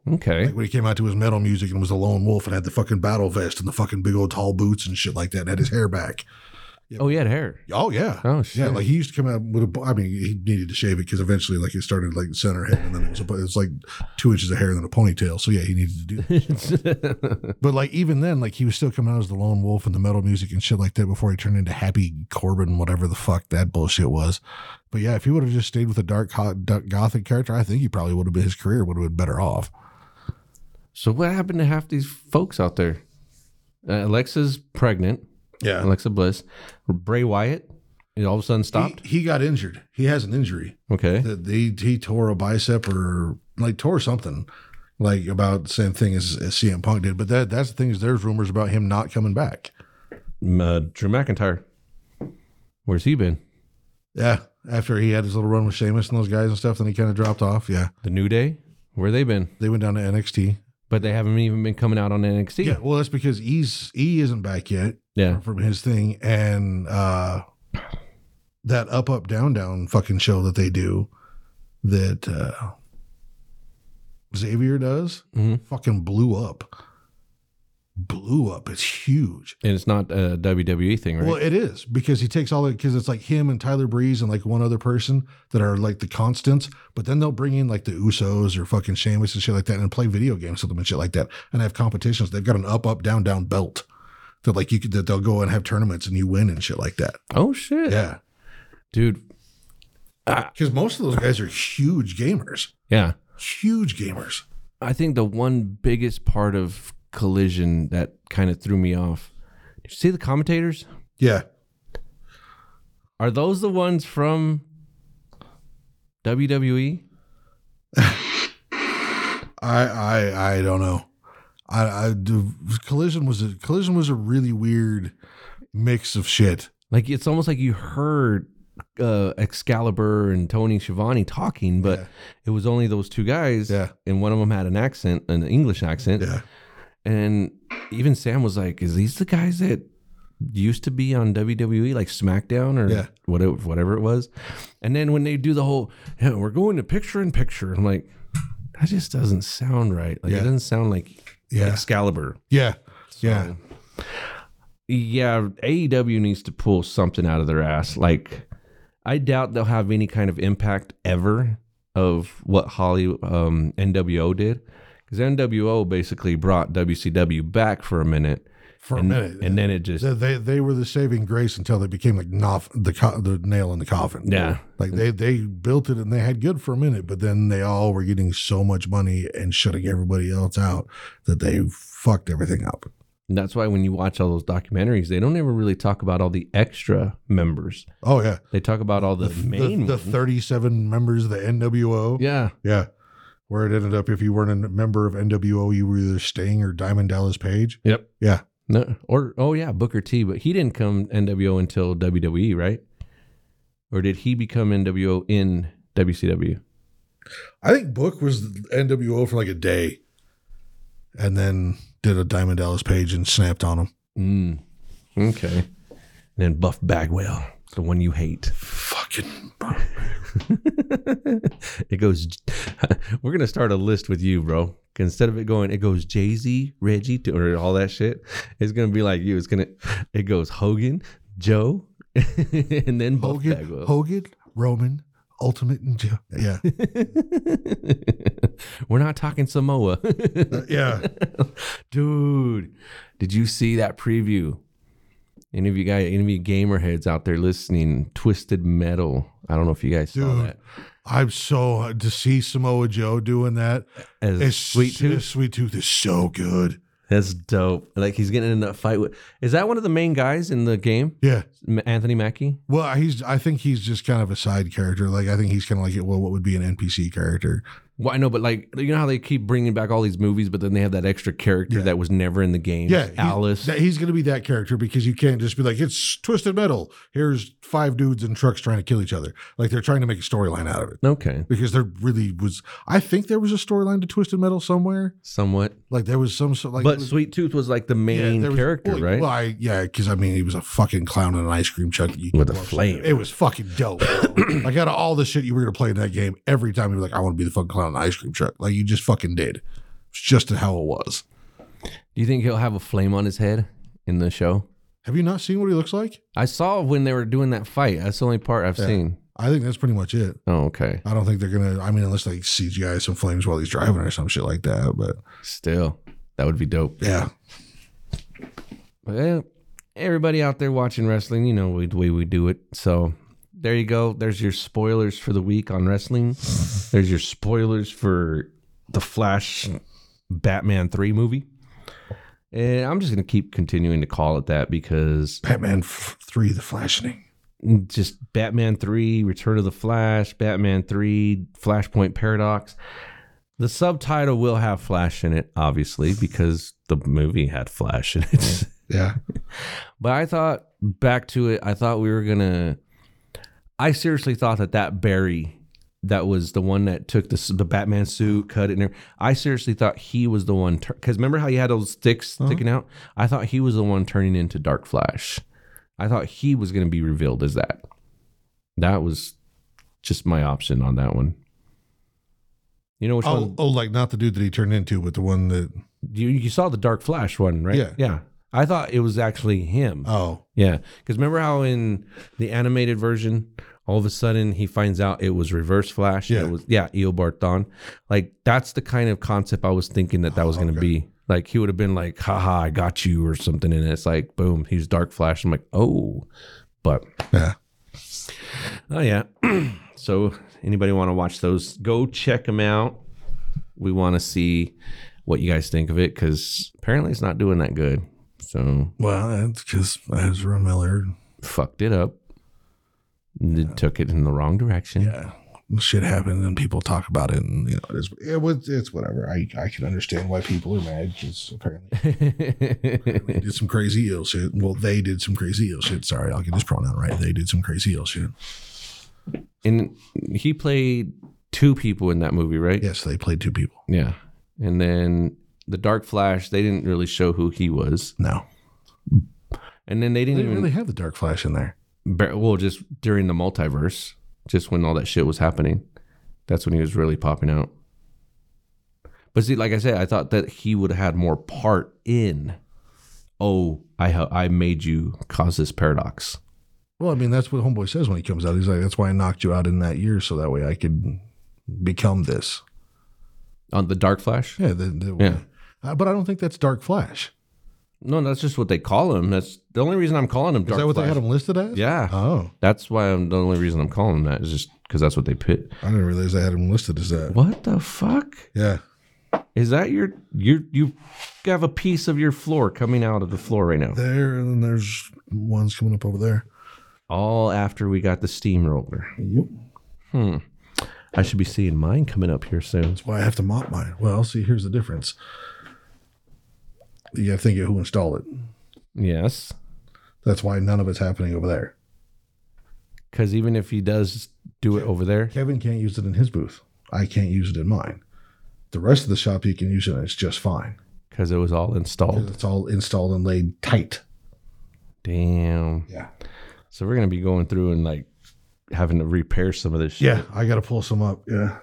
Speaker 4: Okay.
Speaker 5: Like when he came out to his metal music and was the lone wolf and had the fucking battle vest and the fucking big old tall boots and shit like that and had his hair back.
Speaker 4: Oh, he had hair.
Speaker 5: Oh yeah.
Speaker 4: Oh, shit.
Speaker 5: Yeah, like he used to come out with a. I mean, he needed to shave it because eventually, like, it started like center head, and then it was, a, it was like two inches of hair and then a ponytail. So yeah, he needed to do. That shit. but like even then, like he was still coming out as the lone wolf and the metal music and shit like that before he turned into Happy Corbin, whatever the fuck that bullshit was. But yeah, if he would have just stayed with a dark, hot, dark gothic character, I think he probably would have been his career would have been better off.
Speaker 4: So what happened to half these folks out there? Uh, Alexa's pregnant.
Speaker 5: Yeah,
Speaker 4: Alexa Bliss. Bray Wyatt. He all of a sudden stopped.
Speaker 5: He, he got injured. He has an injury.
Speaker 4: Okay.
Speaker 5: That he, he tore a bicep or like tore something, like about the same thing as, as CM Punk did. But that that's the thing is there's rumors about him not coming back.
Speaker 4: M- uh, Drew McIntyre. Where's he been?
Speaker 5: Yeah, after he had his little run with Sheamus and those guys and stuff, then he kind of dropped off. Yeah,
Speaker 4: The New Day? Where they been?
Speaker 5: they went down to NXT.
Speaker 4: But they haven't even been coming out on NXT.
Speaker 5: Yeah, well that's because E's E isn't back yet
Speaker 4: Yeah.
Speaker 5: from his thing, and uh that up up down down fucking show that they do that uh Xavier does
Speaker 4: Mhm.
Speaker 5: fucking blew up. Blew up. It's huge.
Speaker 4: And it's not a WWE thing, right?
Speaker 5: Well, it is because he takes all the because it's like him and Tyler Breeze and like one other person that are like the constants. But then they'll bring in like the Usos or fucking Sheamus and shit like that, and play video games with them and shit like that, and have competitions. They've got an up, up, down, down belt that like you could that they'll go and have tournaments and you win and shit like that.
Speaker 4: oh, shit.
Speaker 5: Yeah,
Speaker 4: Dude.
Speaker 5: because most of those guys are huge gamers,
Speaker 4: Yeah.
Speaker 5: huge gamers.
Speaker 4: I think the one biggest part of Collision that kind of threw me off. Did you see the commentators?
Speaker 5: Yeah,
Speaker 4: Are those the ones from E? WWE?
Speaker 5: I I I don't know. I, I the collision was a collision was a really weird mix of shit.
Speaker 4: Like it's almost like you heard uh, Excalibur and Tony Schiavone talking, but it was only those two guys.
Speaker 5: Yeah.
Speaker 4: And one of them had an accent, an English accent.
Speaker 5: Yeah.
Speaker 4: And even Sam was like, "Is these the guys that used to be on WWE, like SmackDown or
Speaker 5: Yeah.
Speaker 4: whatever, whatever it was?" And then when they do the whole, "Yeah, "We're going to picture in picture," I'm like, "That just doesn't sound right. Like
Speaker 5: Yeah.
Speaker 4: it doesn't sound like
Speaker 5: Yeah.
Speaker 4: Excalibur.
Speaker 5: Yeah. yeah.
Speaker 4: Um, Yeah, AEW needs to pull something out of their ass. Like, I doubt they'll have any kind of impact ever of what Holly um, NWO did, because NWO basically brought WCW back for a minute,
Speaker 5: For
Speaker 4: and,
Speaker 5: a minute.
Speaker 4: and then it just
Speaker 5: they, they they were the saving grace until they became like nof, the co- the nail in the coffin.
Speaker 4: Yeah.
Speaker 5: like they they built it and they had good for a minute, but then they all were getting so much money and shutting everybody else out that they fucked everything up.
Speaker 4: And that's why when you watch all those documentaries, they don't ever really talk about all the extra members.
Speaker 5: Oh yeah,
Speaker 4: They talk about all the, main
Speaker 5: the, the
Speaker 4: ones.
Speaker 5: thirty seven members of the NWO.
Speaker 4: yeah.
Speaker 5: yeah, where it ended up if you weren't a member of NWO, you were either Sting or Diamond Dallas Page.
Speaker 4: Yep.
Speaker 5: Yeah,
Speaker 4: No. Or oh yeah, Booker T. But he didn't come NWO until WWE, right? Or did he become NWO in WCW?
Speaker 5: I think Book was the NWO for like a day, and then did a Diamond Dallas Page and snapped on him.
Speaker 4: Mm. Okay. And then Buff Bagwell, the one you hate.
Speaker 5: Fucking
Speaker 4: it goes. We're gonna start a list with you, bro. Instead of it going, it goes Jay Z, Reggie, to- or all that shit. It's gonna be like you. It's gonna. It goes Hogan, Joe, and then Buff
Speaker 5: Hogan,
Speaker 4: Bagwell.
Speaker 5: Hogan, Roman, Ultimate, and Joe. Yeah,
Speaker 4: We're not talking Samoa.
Speaker 5: yeah.
Speaker 4: Dude, did you see that preview? Any of you guys, any of you gamer heads out there listening, Twisted Metal. I don't know if you guys saw
Speaker 5: Dude.
Speaker 4: that.
Speaker 5: I'm so to see Samoa Joe doing that.
Speaker 4: As
Speaker 5: It's
Speaker 4: Sweet Tooth,
Speaker 5: Sweet Tooth is so good.
Speaker 4: that's dope. Like he's getting in that fight with. Is that one of the main guys in the game,
Speaker 5: Yeah.
Speaker 4: M- Anthony Mackie?
Speaker 5: Well, he's. I think he's just kind of a side character. Like I think he's kind of like well, what would be an NPC character?
Speaker 4: Well, I know, but like you know how they keep bringing back all these movies, but then they have that extra character that was never in the game.
Speaker 5: Yeah, he-
Speaker 4: Alice.
Speaker 5: that- he's going to be that character because you can't just be like it's twisted metal. Here's five dudes in trucks trying to kill each other. Like they're trying to make a storyline out of it
Speaker 4: okay,
Speaker 5: because there really was. I think there was a storyline to twisted metal somewhere.
Speaker 4: somewhat.
Speaker 5: Like there was some sort like.
Speaker 4: But Sweet Tooth was like the
Speaker 5: Yeah,
Speaker 4: main
Speaker 5: there was-
Speaker 4: character,
Speaker 5: well,
Speaker 4: right?
Speaker 5: Well, I, yeah, because I mean, he was a fucking clown in an ice cream truck. You
Speaker 4: With
Speaker 5: could
Speaker 4: a
Speaker 5: watch.
Speaker 4: flame.
Speaker 5: It was fucking dope. like out of all the shit you were gonna play in that game, every time you were like, "I want to be the fucking clown in an ice cream truck." Like you just fucking did. It's just how it was.
Speaker 4: Do you think he'll have a flame on his head in the show?
Speaker 5: Have you not seen what he looks like?
Speaker 4: I saw when they were doing that fight. That's the only part I've seen.
Speaker 5: I think that's pretty much it.
Speaker 4: Oh, okay.
Speaker 5: I don't think they're gonna. I mean, unless they CGI some flames while he's driving or some shit like that. But
Speaker 4: Still, that would be dope.
Speaker 5: yeah,
Speaker 4: But, eh, everybody out there watching wrestling, you know we, the way we do it. So there you go. There's your spoilers for the week on wrestling. There's your spoilers for the Flash Batman 3 movie. And I'm just going to keep continuing to call it that because
Speaker 5: Batman f- Three: The Flashing.
Speaker 4: just Batman 3, Return of the Flash, Batman 3, Flashpoint Paradox. The subtitle will have Flash in it, obviously, because the movie had Flash in it.
Speaker 5: Yeah,
Speaker 4: but I thought, back to it, I thought we were going to. I seriously thought that that Barry, that was the one that took the, s- the Batman suit, cut it in there. I seriously thought he was the one. Because remember how you had those sticks sticking out? I thought he was the one turning into Dark Flash. I thought he was going to be revealed as that. That was just my option on that one. You know which one?
Speaker 5: oh, oh, like not the dude that he turned into, but the one that.
Speaker 4: You, you saw the Dark Flash one, right?
Speaker 5: Yeah.
Speaker 4: Yeah. I thought it was actually him.
Speaker 5: Oh,
Speaker 4: Yeah, because remember how in the animated version, all of a sudden he finds out it was Reverse Flash. and
Speaker 5: Yeah.
Speaker 4: it was yeah, Eo Barton. Like that's the kind of concept I was thinking that that was going to be. Like he would have been like, "Haha, I got you" or something, and it's like, boom, he's Dark Flash. I'm like, oh, but
Speaker 5: yeah.
Speaker 4: oh yeah. so anybody want to watch those? Go check them out. We want to see what you guys think of it because apparently it's not doing that good. So
Speaker 5: Well, that's because Ezra Miller.
Speaker 4: fucked it up. and then Took it in the wrong direction.
Speaker 5: Yeah, shit happened, and people talk about it, and you know, it's it was it's whatever. I I can understand why people are mad because apparently they did some crazy ill shit. Well, they did some crazy ill shit. Sorry, I'll get this pronoun right. They did some crazy ill shit.
Speaker 4: and he played two people in that movie, right?
Speaker 5: Yes, they played two people.
Speaker 4: Yeah. And then the Dark Flash, they didn't really show who he was.
Speaker 5: No,
Speaker 4: And then they
Speaker 5: they
Speaker 4: didn't
Speaker 5: didn't
Speaker 4: even,
Speaker 5: really have the Dark Flash in there.
Speaker 4: bar- well, just during the multiverse, just when all that shit was happening, that's when he was really popping out. But see, like I said, I thought that he would have had more part in. Oh, I ha- I made you cause this paradox.
Speaker 5: Well, I mean, that's what Homeboy says when he comes out. He's like, that's why I knocked you out in that year, so that way I could become this.
Speaker 4: On the Dark Flash?
Speaker 5: Yeah. The, the,
Speaker 4: Yeah.
Speaker 5: Uh, but I don't think that's Dark Flash.
Speaker 4: No, that's just what they call him. That's the only reason I'm calling him Dark
Speaker 5: Is that what
Speaker 4: Flash.
Speaker 5: they had him listed as?
Speaker 4: Yeah.
Speaker 5: Oh,
Speaker 4: That's why I'm the only reason I'm calling him that is just because that's what they pit.
Speaker 5: I didn't realize they had him listed as that.
Speaker 4: What the fuck?
Speaker 5: Yeah.
Speaker 4: Is that your you you have a piece of your floor coming out of the floor right now?
Speaker 5: There, and then there's ones coming up over there.
Speaker 4: All after we got the steamroller.
Speaker 5: Yep.
Speaker 4: I should be seeing mine coming up here soon.
Speaker 5: Why I have to mop mine. Well, see, here's the difference. You got to think of who installed it.
Speaker 4: Yes,
Speaker 5: That's why none of it's happening over there.
Speaker 4: because even if he does do it over there,
Speaker 5: Kevin can't use it in his booth. I can't use it in mine. The rest of the shop, he can use it, and it's just fine.
Speaker 4: because it was all installed.
Speaker 5: It's all installed and laid tight.
Speaker 4: Damn.
Speaker 5: Yeah.
Speaker 4: So we're gonna be going through and like having to repair some of this shit.
Speaker 5: Yeah, I got to pull some up. Yeah.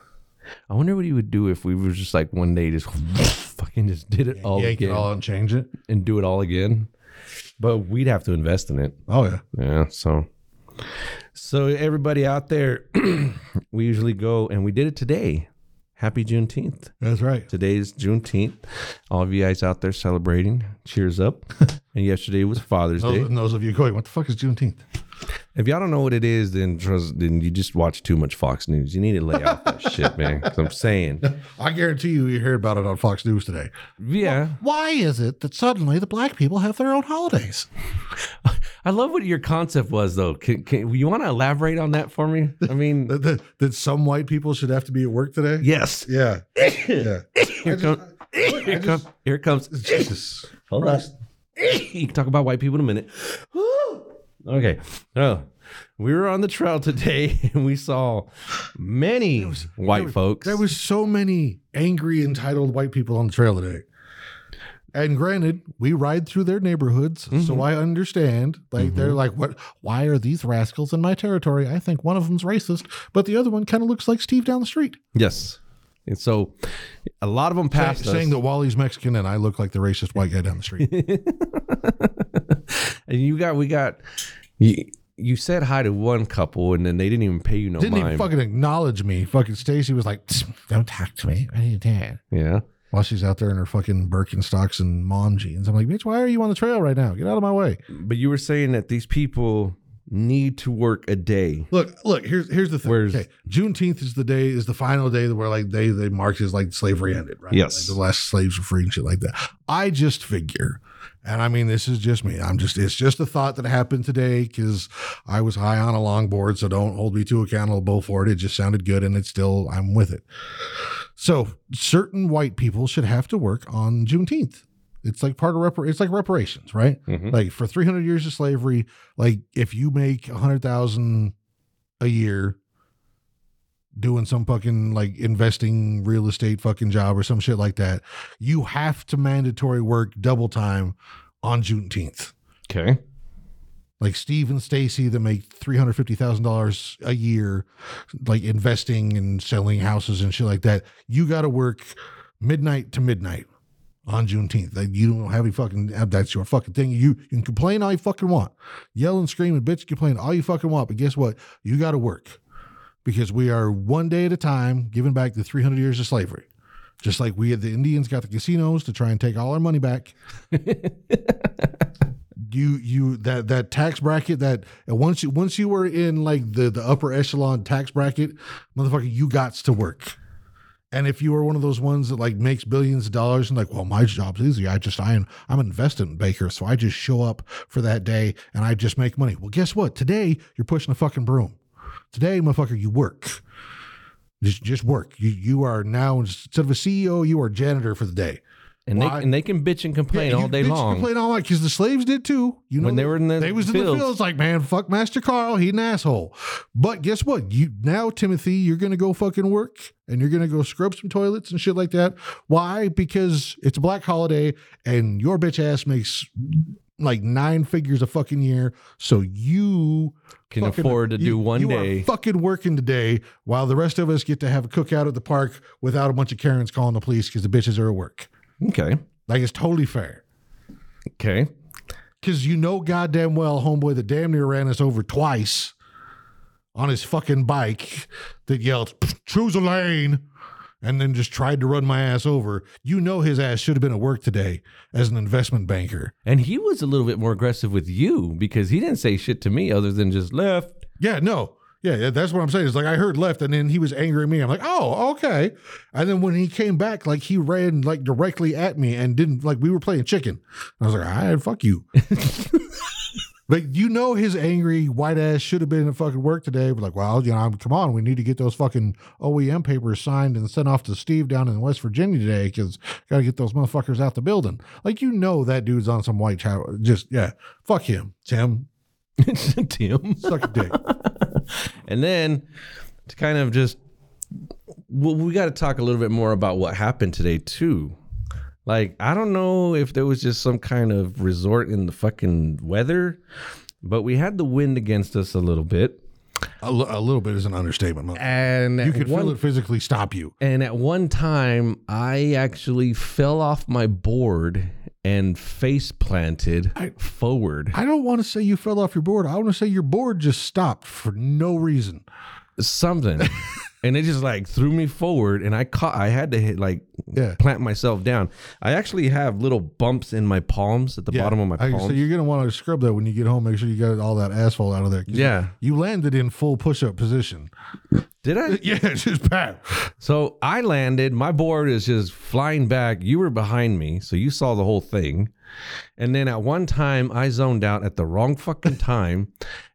Speaker 4: I wonder what he would do if we were just like one day just fucking just did it all
Speaker 5: Yank
Speaker 4: again
Speaker 5: it all out and change it.
Speaker 4: and do it all again. But we'd have to invest in it.
Speaker 5: Oh, yeah.
Speaker 4: Yeah. So, so everybody out there, we usually go and we did it today. Happy Juneteenth.
Speaker 5: That's right.
Speaker 4: Today's Juneteenth. All of you guys out there celebrating, cheers up. and yesterday was Father's
Speaker 5: Those,
Speaker 4: Day.
Speaker 5: and those of you going, what the fuck is Juneteenth?
Speaker 4: If y'all don't know what it is, then trust, then you just watch too much Fox News. You need to lay off that shit, man. 'Cause I'm saying,
Speaker 5: I guarantee you, you heard about it on Fox News today.
Speaker 4: yeah.
Speaker 5: Why is it that suddenly the black people have their own holidays?
Speaker 4: I love what your concept was, though. Can, can you want to elaborate on that for me? I mean,
Speaker 5: That, that, that some white people should have to be at work today?
Speaker 4: yes.
Speaker 5: Yeah. Yeah.
Speaker 4: Here comes. Here comes. Here comes.
Speaker 5: Jesus.
Speaker 4: Hold on. you can talk about white people in a minute. okay. Oh, we were on the trail today and we saw many white folks.
Speaker 5: There was so many angry, entitled white people on the trail today. And granted, we ride through their neighborhoods,
Speaker 4: Mm-hmm.
Speaker 5: so I understand. Like they're like, "What? Why are these rascals in my territory?" I think one of them's racist, but the other one kind of looks like Steve down the street,
Speaker 4: yes. And so a lot of them
Speaker 5: Say-
Speaker 4: passed us.
Speaker 5: saying that Wally's Mexican and I look like the racist white guy down the street.
Speaker 4: and you got, we got, you, you said hi to one couple and then they didn't even pay you no
Speaker 5: Didn't
Speaker 4: mind.
Speaker 5: even fucking acknowledge me. Fucking Stacy was like, "Tsk, "Don't talk to me. I need dad."
Speaker 4: yeah.
Speaker 5: While she's out there in her fucking Birkenstocks and mom jeans, I'm like, "Bitch, why are you on the trail right now? Get out of my way."
Speaker 4: But you were saying that these people need to work a day.
Speaker 5: Look, look. Here's here's the thing.
Speaker 4: Whereas-
Speaker 5: okay, Juneteenth is the day is the final day where like they they marked as like slavery ended, right?
Speaker 4: Yes.
Speaker 5: Like, the last slaves were free and shit like that. I just figure, and I mean this is just me. I'm just it's just a thought that happened today because I was high on a longboard, so don't hold me too accountable for it. It just sounded good, and it's still I'm with it. So certain white people should have to work on Juneteenth. It's like part of repar- it's like reparations, right? Like for 300 years of slavery, like if you make 100,000 a year doing some fucking like investing real estate fucking job or some shit like that, you have to mandatory work double time on Juneteenth.
Speaker 4: Okay.
Speaker 5: Like Steve and Stacy that make three hundred fifty thousand dollars a year, like investing and selling houses and shit like that. You got to work midnight to midnight on Juneteenth. Like you don't have any fucking. uh, That's your fucking thing. You, you can complain all you fucking want, yell and scream and bitch, complain all you fucking want. But guess what? You got to work because we are one day at a time giving back the 300 years of slavery. Just like we, the Indians, got the casinos to try and take all our money back. you, you, that that tax bracket that and once you once you were in like the the upper echelon tax bracket, motherfucker, you got to work. And if you are one of those ones that like makes billions of dollars and like, well, my job's easy. I just I am I'm an investment banker, so I just show up for that day and I just make money. Well, guess what? Today you're pushing a fucking broom. Today, motherfucker, you work. Just just work. You you are now instead of a CEO, you are janitor for the day.
Speaker 4: And
Speaker 5: Why?
Speaker 4: they and they can bitch and complain
Speaker 5: Yeah,
Speaker 4: all
Speaker 5: you
Speaker 4: day
Speaker 5: bitch, you
Speaker 4: long.
Speaker 5: Complain all night because the slaves did too. You know
Speaker 4: When they were in the
Speaker 5: they was in the
Speaker 4: fields.
Speaker 5: fields like man, fuck Master Carl, he an asshole. But guess what? You now Timothy, you're gonna go fucking work and you're gonna go scrub some toilets and shit like that. Why? Because it's a black holiday and your bitch ass makes like nine figures a fucking year. So you
Speaker 4: Can
Speaker 5: fucking-
Speaker 4: afford to
Speaker 5: you-
Speaker 4: do one
Speaker 5: you are
Speaker 4: day.
Speaker 5: fucking working today while the rest of us get to have a cookout at the park without a bunch of Karens calling the police because the bitches are at work.
Speaker 4: okay.
Speaker 5: Like it's totally fair.
Speaker 4: Okay.
Speaker 5: Cause you know goddamn well, homeboy that damn near ran us over twice on his fucking bike that yelled, choose a lane, and then just tried to run my ass over. You know his ass should have been at work today as an investment banker.
Speaker 4: And he was a little bit more aggressive with you because he didn't say shit to me other than just left.
Speaker 5: Yeah, no. Yeah, yeah, that's what I'm saying. It's like I heard left and then he was angry at me. I'm like, oh, okay. And then when he came back, like he ran like directly at me and didn't like we were playing chicken. I was like, all right, fuck you. like you know his angry white ass should have been at fucking work today, but like, well, you know, I'm come on, we need to get those fucking OEM papers signed and sent off to Steve down in West Virginia today because gotta get those motherfuckers out the building. Like you know that dude's on some white tower. Just yeah, fuck him, Tim.
Speaker 4: Tim.
Speaker 5: Suck a dick.
Speaker 4: And then to kind of just, well, we got to talk a little bit more about what happened today, too. Like, I don't know if there was just some kind of resort in the fucking weather, but we had the wind against us a little bit.
Speaker 5: A li- a little bit is an understatement. Mo.
Speaker 4: And
Speaker 5: You
Speaker 4: at
Speaker 5: could
Speaker 4: one-
Speaker 5: feel it physically stop you.
Speaker 4: And at one time, I actually fell off my board and face planted forward.
Speaker 5: I don't want to say you fell off your board. I want to say your board just stopped for no reason.
Speaker 4: something. and it just like threw me forward and I caught I had to hit like
Speaker 5: Yeah.
Speaker 4: plant myself down. I actually have little bumps in my palms at the bottom of my
Speaker 5: I-
Speaker 4: palms.
Speaker 5: So you're gonna want to scrub that when you get home. Make sure you got all that asphalt out of there. 'Cause
Speaker 4: yeah.
Speaker 5: You landed in full push-up position.
Speaker 4: Did I?
Speaker 5: Yeah, just pat.
Speaker 4: So I landed, my board is just flying back. You were behind me, so you saw the whole thing. And then at one time, I zoned out at the wrong fucking time.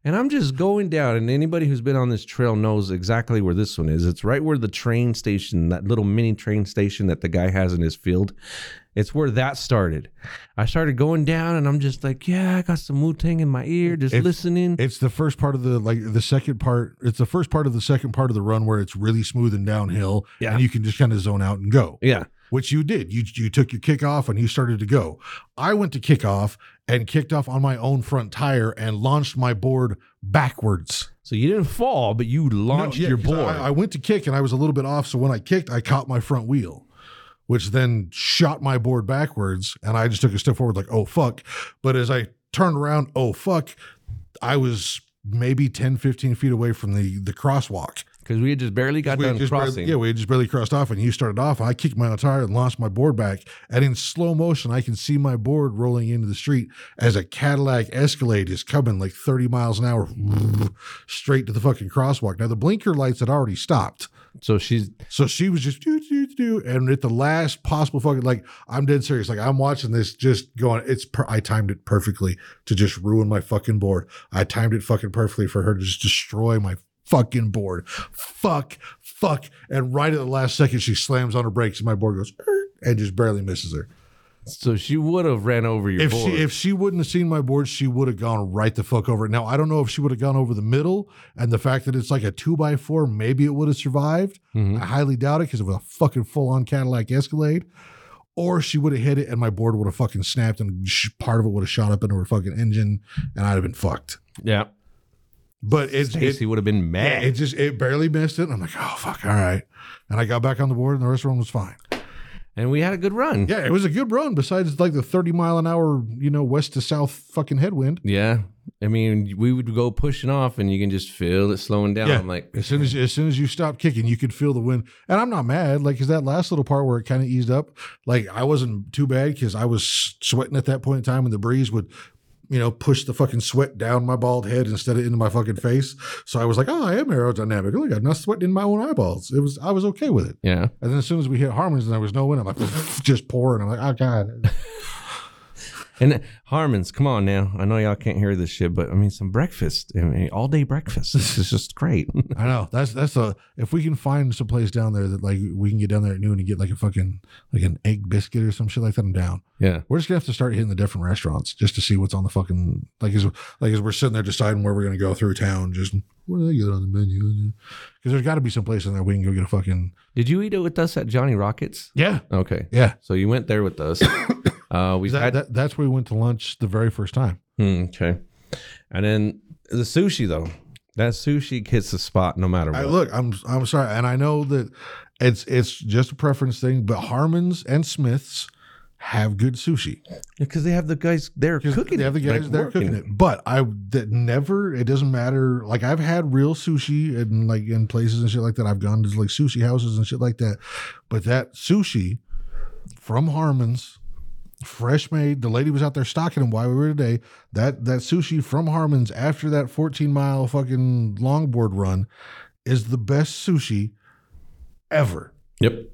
Speaker 4: And I'm just going down. And anybody who's been on this trail knows exactly where this one is. It's right where the train station, that little mini train station that the guy has in his field. It's where that started. I started going down and I'm just like, yeah, I got some Wu Tang in my ear, just
Speaker 5: It's-
Speaker 4: listening.
Speaker 5: It's the first part of the like the second part. It's the first part of the second part of the run where it's really smooth and downhill,
Speaker 4: Yeah.
Speaker 5: and you can just kind of zone out and go.
Speaker 4: yeah.
Speaker 5: which you did. You you took your kickoff and you started to go. I went to kickoff and kicked off on my own front tire and launched my board backwards.
Speaker 4: So you didn't fall, but you launched
Speaker 5: No, yeah,
Speaker 4: your
Speaker 5: 'cause
Speaker 4: board.
Speaker 5: I, I went to kick and I was a little bit off, so when I kicked, I caught my front wheel, which then shot my board backwards, and I just took a step forward like, oh fuck. But as I turned around, oh fuck, I was maybe 10, 15 feet away from the the crosswalk.
Speaker 4: Because we had just barely got
Speaker 5: We had
Speaker 4: done
Speaker 5: just
Speaker 4: crossing.
Speaker 5: barely, yeah, we had just barely crossed off, and you started off. I kicked my tire and launched my board back, and in slow motion, I can see my board rolling into the street as a Cadillac Escalade is coming like 30 miles an hour straight to the fucking crosswalk. Now the blinker lights had already stopped,
Speaker 4: So she's
Speaker 5: so she was just do do do, and at the last possible fucking like, I'm dead serious. Like I'm watching this, just going. It's per- I timed it perfectly to just ruin my fucking board. I timed it fucking perfectly for her to just destroy my fucking board. Fuck, fuck, and right at the last second, she slams on her brakes, and my board goes "Er," and just barely misses her.
Speaker 4: so she would have ran over your
Speaker 5: If
Speaker 4: board.
Speaker 5: she if she wouldn't have seen my board, she would have gone right the fuck over it. Now I don't know if she would have gone over the middle, and the fact that it's like a two by four, maybe it would have survived.
Speaker 4: Mm-hmm.
Speaker 5: I highly doubt it because it was a fucking full on Cadillac Escalade. Or she would have hit it, and my board would have fucking snapped, and sh- part of it would have shot up into her fucking engine, and I'd have been fucked.
Speaker 4: yeah,
Speaker 5: But it's
Speaker 4: Stacy
Speaker 5: it,
Speaker 4: would have been
Speaker 5: yeah,
Speaker 4: mad.
Speaker 5: it just it barely missed it, and I'm like, oh fuck, all right. And I got back on the board, and the rest of them was fine.
Speaker 4: and we had a good run.
Speaker 5: Yeah, it was a good run. Besides like the 30 mile an hour, you know, west to south fucking headwind.
Speaker 4: Yeah. I mean, we would go pushing off, and you can just feel it slowing down. I'm like,
Speaker 5: as soon as as soon as you stopped kicking, you could feel the wind. And I'm not mad, like, cause that last little part where it kind of eased up, like I wasn't too bad because I was sweating at that point in time, and the breeze would, you know, push the fucking sweat down my bald head instead of into my fucking face. So I was like, oh, I am aerodynamic. Look, I'm not sweating in my own eyeballs. It was I was okay with it.
Speaker 4: yeah.
Speaker 5: And then as soon as we hit Harmons and there was no wind, I'm like just pouring. I'm like, oh god,
Speaker 4: And uh, Harmons, come on now. I know y'all can't hear this shit, but I mean, some breakfast, I mean, all day breakfast. This is just great.
Speaker 5: I know that's that's a if we can find some place down there that like we can get down there at noon and get like a fucking like an egg biscuit or some shit like that. I'm down.
Speaker 4: yeah.
Speaker 5: We're just gonna have to start hitting the different restaurants just to see what's on the fucking like as like as we're sitting there deciding where we're gonna go through town. Just what do they get on the menu? Because there's got to be some place in there we can go get a fucking
Speaker 4: Did you eat it with us at Johnny Rockets?
Speaker 5: yeah
Speaker 4: Okay.
Speaker 5: yeah.
Speaker 4: So you went there with us. Uh, we've
Speaker 5: That,
Speaker 4: had
Speaker 5: that, that's where we went to lunch the very first time.
Speaker 4: Hmm, okay, and then the sushi though. That sushi hits the spot no matter what.
Speaker 5: I, look, I'm I'm sorry, and I know that it's it's just a preference thing, but Harmons and Smiths have good sushi.
Speaker 4: because they have the guys there
Speaker 5: 'Cause
Speaker 4: cooking.
Speaker 5: They have the
Speaker 4: it,
Speaker 5: guys
Speaker 4: like,
Speaker 5: there
Speaker 4: working
Speaker 5: cooking it. But I that never. It doesn't matter. Like I've had real sushi and like in places and shit like that. I've gone to like sushi houses and shit like that. But that sushi from Harmons, fresh made. The lady was out there stocking them while we were today. That that sushi from Harmons after that fourteen mile fucking longboard run is the best sushi ever.
Speaker 4: Yep,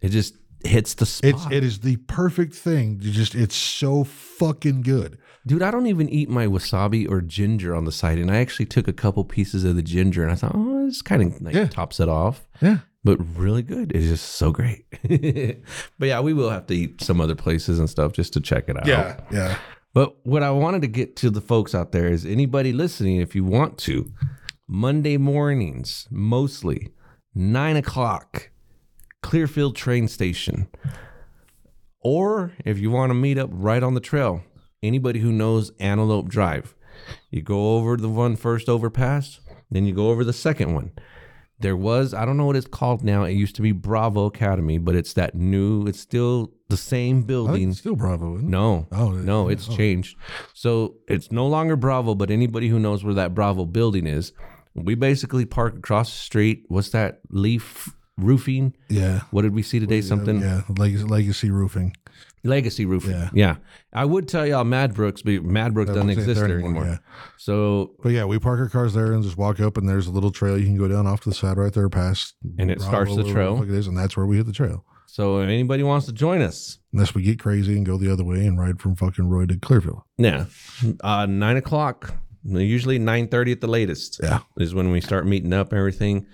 Speaker 4: it just hits the spot.
Speaker 5: It's it is the perfect thing. You just it's so fucking good.
Speaker 4: Dude, I don't even eat my wasabi or ginger on the side, and I actually took a couple pieces of the ginger, and I thought, oh, this kind of like
Speaker 5: Yeah.
Speaker 4: tops it off.
Speaker 5: Yeah.
Speaker 4: but really good. It's just so great. but yeah, we will have to eat some other places and stuff just to check it out.
Speaker 5: yeah.
Speaker 4: But what I wanted to get to the folks out there is anybody listening, if you want to, Monday mornings, mostly nine o'clock, Clearfield train station. Or if you want to meet up right on the trail, anybody who knows Antelope Drive, you go over the one first overpass, then you go over the second one. There was, I don't know what it's called now. It used to be Bravo Academy, but it's that new, it's still the same
Speaker 5: I think
Speaker 4: building.
Speaker 5: it's still Bravo. Isn't it?
Speaker 4: No.
Speaker 5: Oh, it-
Speaker 4: no, it's changed. So it's no longer Bravo, but anybody who knows where that Bravo building is, we basically park across the street. What's that? Leaf roofing?
Speaker 5: Yeah.
Speaker 4: What did we see today? Something
Speaker 5: Yeah, legacy, legacy roofing.
Speaker 4: legacy roofing.
Speaker 5: Yeah.
Speaker 4: I would tell y'all Mad Brooks, but Mad Brooks doesn't
Speaker 5: Brooks ain't
Speaker 4: exist
Speaker 5: there
Speaker 4: there
Speaker 5: anymore,
Speaker 4: anymore.
Speaker 5: yeah.
Speaker 4: So
Speaker 5: But yeah, we park our cars there and just walk up, and there's a little trail you can go down off to the side right there, past
Speaker 4: And it starts the
Speaker 5: whatever
Speaker 4: trail.
Speaker 5: fuck It is, and that's where we hit the trail.
Speaker 4: so if anybody wants to join us,
Speaker 5: Unless we get crazy and go the other way and ride from fucking Roy to Clearfield.
Speaker 4: yeah. Uh nine o'clock. Usually nine thirty at the latest.
Speaker 5: Yeah,
Speaker 4: is when we start meeting up and everything.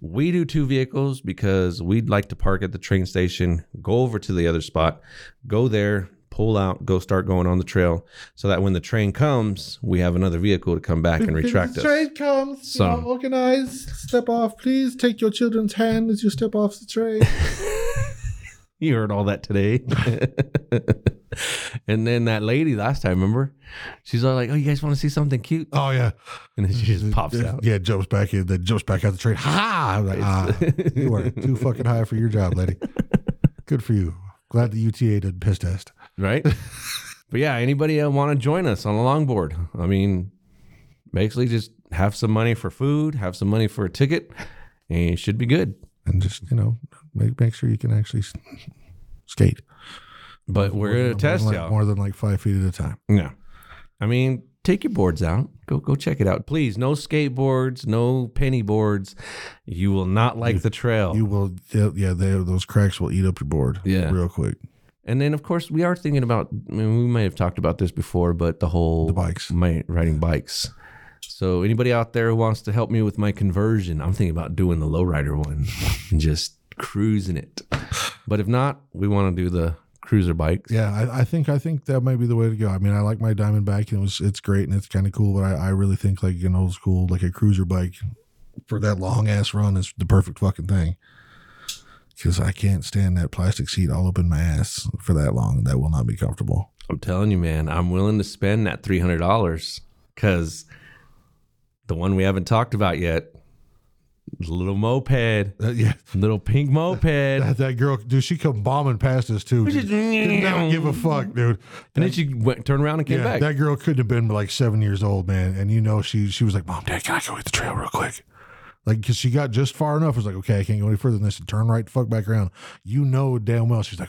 Speaker 4: We do two vehicles because we'd like to park at the train station, go over to the other spot, go there, pull out, go start going on the trail, so that when the train comes, we have another vehicle to come back and retract us.
Speaker 5: train comes.
Speaker 4: So- not
Speaker 5: organized. Step off, please. Take your children's hand as you step off the train.
Speaker 4: You heard all that today. and then that lady last time, remember? She's all like, "Oh, you guys want to see something cute?"
Speaker 5: oh yeah,
Speaker 4: And then she just pops out.
Speaker 5: yeah. Jumps back in, then jumps back out the train. Ha! I'm like, ah, you are too fucking high for your job, lady. Good for you. Glad the UTA did piss test.
Speaker 4: right? but yeah, anybody want to join us on a longboard? I mean, basically just have some money for food, have some money for a ticket, and you should be good.
Speaker 5: and just you know make make sure you can actually s- skate.
Speaker 4: But we're
Speaker 5: More
Speaker 4: gonna
Speaker 5: than-
Speaker 4: test
Speaker 5: more than, like,
Speaker 4: y'all.
Speaker 5: more than like five feet at a time.
Speaker 4: Yeah, I mean, take your boards out. Go go check it out, please. No skateboards, no penny boards. You will not like the trail.
Speaker 5: You will, yeah, yeah, they, those cracks will eat up your board,
Speaker 4: Yeah.
Speaker 5: real quick.
Speaker 4: And then, of course, we are thinking about. I mean, we may have talked about this before, but the whole
Speaker 5: bikes.
Speaker 4: my, riding bikes. So, anybody out there who wants to help me with my conversion, I'm thinking about doing the lowrider one and just cruising it. But if not, we want to do the cruiser bikes.
Speaker 5: Yeah, I, I think I think that might be the way to go. I mean, I like my Diamondback, and it was it's great and it's kind of cool, but I, I really think like an old school like a cruiser bike for that long ass run is the perfect fucking thing. Because I can't stand that plastic seat all up in my ass for that long. That will not be comfortable.
Speaker 4: I'm telling you, man, I'm willing to spend that three hundred dollars because the one we haven't talked about yet, the little moped,
Speaker 5: Uh, yeah,
Speaker 4: little pink moped.
Speaker 5: that, that girl, dude, she come bombing past us too. Dude. Did not give a fuck, dude.
Speaker 4: And then she went, turned around and came
Speaker 5: Yeah,
Speaker 4: back.
Speaker 5: that girl couldn't have been like seven years old, man. And you know, she she was like, "Mom, Dad, can I go hit the trail real quick?" Like, cause she got just far enough. I was like, "Okay, I can't go any further than this." And turn right, the fuck back around. You know damn well. She's like,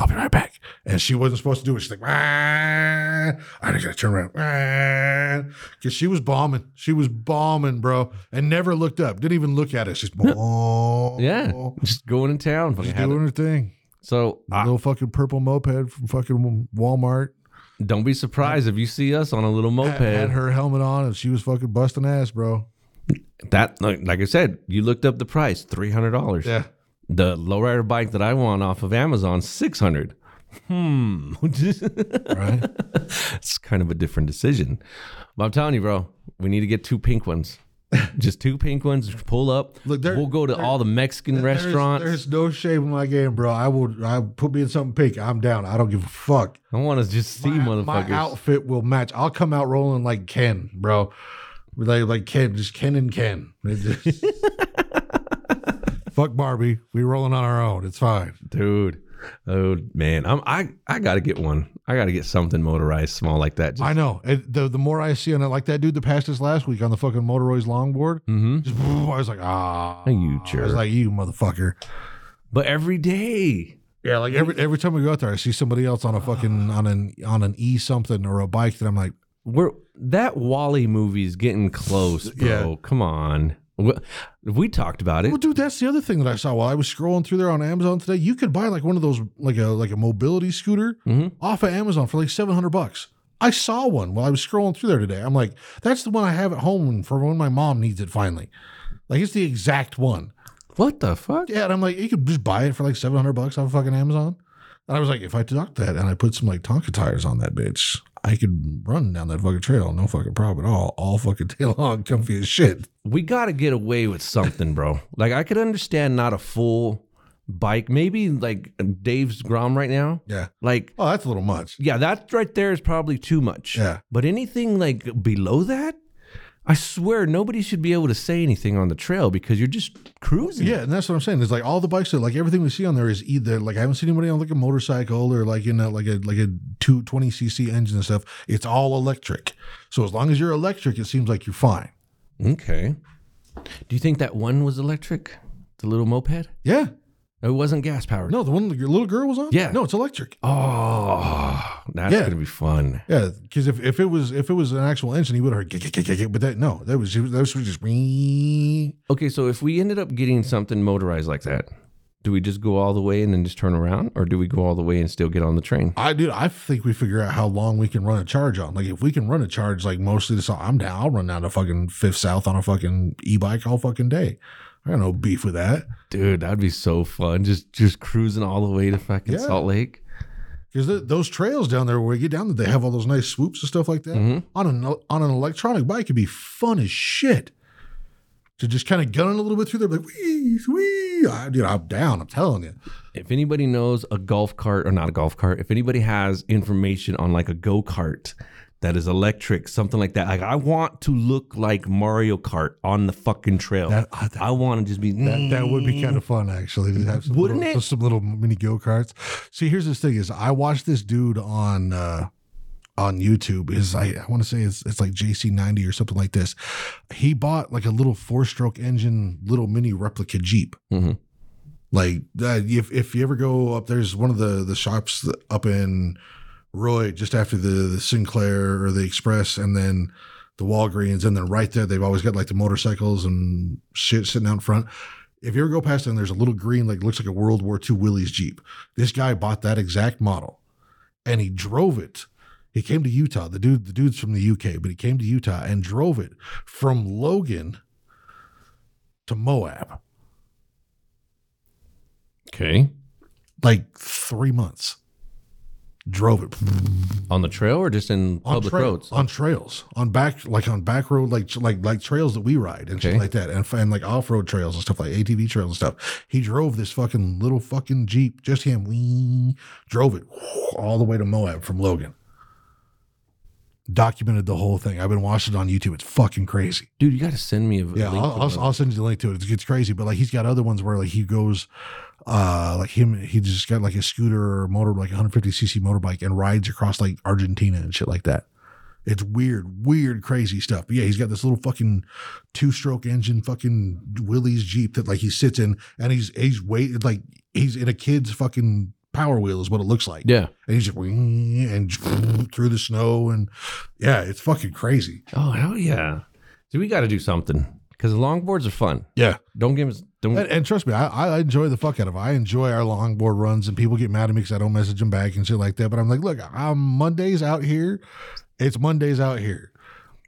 Speaker 5: "I'll be right back," and she wasn't supposed to do it. She's like, "Ah, "I just gotta turn around," Ah. cause she was bombing. She was bombing, bro, and never looked up. Didn't even look at us. She's boom.
Speaker 4: Yeah, just going to town. fucking
Speaker 5: She's
Speaker 4: had it.
Speaker 5: doing her thing.
Speaker 4: So I-
Speaker 5: Little fucking purple moped from fucking Walmart.
Speaker 4: don't be surprised if you see us on a little
Speaker 5: had- had
Speaker 4: moped.
Speaker 5: her helmet on and she was fucking busting ass, bro.
Speaker 4: That, like, like I said, you looked up the price, three hundred dollars. The lowrider bike that I want off of Amazon, six hundred. Hmm,
Speaker 5: Right?
Speaker 4: it's kind of a different decision. But I'm telling you, bro, we need to get two pink ones. Just two pink ones. Pull up.
Speaker 5: Look, there-
Speaker 4: we'll go to
Speaker 5: there-
Speaker 4: all the Mexican
Speaker 5: There's-
Speaker 4: restaurants.
Speaker 5: There's, no shame in my game, bro. I will. I put me in something pink. I'm down. I don't give a fuck.
Speaker 4: I want to just see
Speaker 5: my,
Speaker 4: motherfuckers.
Speaker 5: my outfit will match. I'll come out rolling like Ken, bro. Like like Ken, just Ken and Ken. It just- fuck Barbie. We rolling on our own. It's fine.
Speaker 4: dude. Oh man, I'm I I gotta get one. I gotta get something motorized small like that. Just,
Speaker 5: I know. It, the the more I see on it, like that dude that passed us last week on the fucking Motoroy's longboard,
Speaker 4: Mhm.
Speaker 5: just, I was like, ah,
Speaker 4: You
Speaker 5: I was
Speaker 4: jerk.
Speaker 5: like, you motherfucker.
Speaker 4: but every day,
Speaker 5: Yeah, like every every time we go out there, I see somebody else on a fucking on an on an e something or a bike that I'm like,
Speaker 4: we're that Wally movie's getting close, bro.
Speaker 5: Yeah.
Speaker 4: Come on. We, we talked about it.
Speaker 5: well, dude, that's the other thing that I saw while I was scrolling through there on Amazon today. You could buy like one of those like a like a mobility scooter
Speaker 4: Mhm.
Speaker 5: off of Amazon for like seven hundred bucks. I saw one while I was scrolling through there today. I'm like, that's the one I have at home for when my mom needs it finally. Like it's the exact one.
Speaker 4: What the fuck?
Speaker 5: Yeah, and I'm like, you could just buy it for like seven hundred bucks off fucking Amazon. And I was like, if I deduct that and I put some like Tonka tires on that bitch, I could run down that fucking trail, no fucking problem at all, all fucking day long, comfy as shit.
Speaker 4: we got to get away with something, bro. like I could understand not a full bike, maybe like Dave's Grom right now.
Speaker 5: Yeah.
Speaker 4: Like
Speaker 5: Oh, that's a little much.
Speaker 4: yeah, that right there is probably too much.
Speaker 5: Yeah.
Speaker 4: But anything like below that, I swear nobody should be able to say anything on the trail because you're just cruising.
Speaker 5: Yeah, and that's what I'm saying. Is like all the bikes that like everything we see on there is either like I haven't seen anybody on like a motorcycle or like in a like a like a two twenty cc engine and stuff. It's all electric. So as long as you're electric, it seems like you're fine.
Speaker 4: Okay. Do you think that one was electric? The little moped?
Speaker 5: Yeah.
Speaker 4: It wasn't gas powered.
Speaker 5: No, the one that your little girl was on?
Speaker 4: Yeah.
Speaker 5: No, it's electric.
Speaker 4: Oh, that's
Speaker 5: Yeah.
Speaker 4: gonna be fun.
Speaker 5: Yeah, because if, if it was if it was an actual engine, he would have heard "Gick, gick, gick, gick, gick," but that no, that was that was just "Wee."
Speaker 4: Okay, so if we ended up getting something motorized like that, do we just go all the way and then just turn around, or do we go all the way and still get on the train?
Speaker 5: I dude, I think we figure out how long we can run a charge on. Like if we can run a charge, like mostly this, I'm down. I'll run down to fucking Fifth South on a fucking e bike all fucking day. I got no beef with that
Speaker 4: Dude, that'd be so fun. Just just cruising all the way to fucking
Speaker 5: Yeah.
Speaker 4: Salt Lake.
Speaker 5: because th- those trails down there where you get down there, they have all those nice swoops and stuff like that. On an on an electronic bike, it'd be fun as shit. To just kind of gun it a little bit through there, like wee, wee. I, dude, I'm down. I'm telling you.
Speaker 4: If anybody knows a golf cart or not a golf cart, if anybody has information on like a go kart that is electric, something like that, like I want to look like Mario Kart on the fucking trail.
Speaker 5: That- uh, that-
Speaker 4: I want to just be
Speaker 5: That, that would be kind of fun, actually. To have some
Speaker 4: Wouldn't
Speaker 5: little,
Speaker 4: it?
Speaker 5: Some little mini go karts. See, here's this thing: is I watched this dude on uh, on YouTube. Is I, I want to say it's it's like JC90 or something like this. He bought like a little four stroke engine, little mini replica Jeep.
Speaker 4: Mhm.
Speaker 5: Like uh, if if you ever go up, there's one of the the shops that- up in Roy just after the, the Sinclair or the Express, and then the Walgreens, and then right there they've always got like the motorcycles and shit sitting out in front. If you ever go past them, there's a little green, like looks like a World War II Willie's Jeep. This guy bought that exact model, and he drove it. He came to Utah. The dude, the dude's from the UK, but he came to Utah and drove it from Logan to Moab,
Speaker 4: okay
Speaker 5: like three months. Drove it
Speaker 4: on the trail or just in
Speaker 5: on
Speaker 4: public
Speaker 5: trail-
Speaker 4: roads.
Speaker 5: on trails on back like on back road like like like trails that we ride and shit
Speaker 4: Okay.
Speaker 5: like that and, and like off-road trails and stuff like atv trails and stuff he drove this fucking little fucking jeep just him we drove it all the way to moab from logan documented the whole thing i've been watching it on youtube it's fucking crazy
Speaker 4: Dude, you got to send me a
Speaker 5: yeah,
Speaker 4: link.
Speaker 5: I'll, I'll, I'll send you the link to it. It's, it's crazy, but like he's got other ones where like he goes, uh, like him, he just got like a scooter or motor, like 150cc motorbike, and rides across like Argentina and shit like that. It's weird, weird, crazy stuff. But yeah, he's got this little fucking two-stroke engine, fucking Willie's Jeep that like he sits in, and he's he's weighted like he's in a kid's fucking power wheel is what it looks like.
Speaker 4: yeah.
Speaker 5: And he's just wing and through the snow and yeah, it's fucking crazy.
Speaker 4: Oh hell yeah! So we got to do something because longboards are fun.
Speaker 5: Yeah.
Speaker 4: Don't give us don't.
Speaker 5: And, and trust me, I, I enjoy the fuck out of it. I enjoy our longboard runs, and people get mad at me because I don't message them back and shit like that. But I'm like, look, I'm Mondays out here. It's Mondays out here.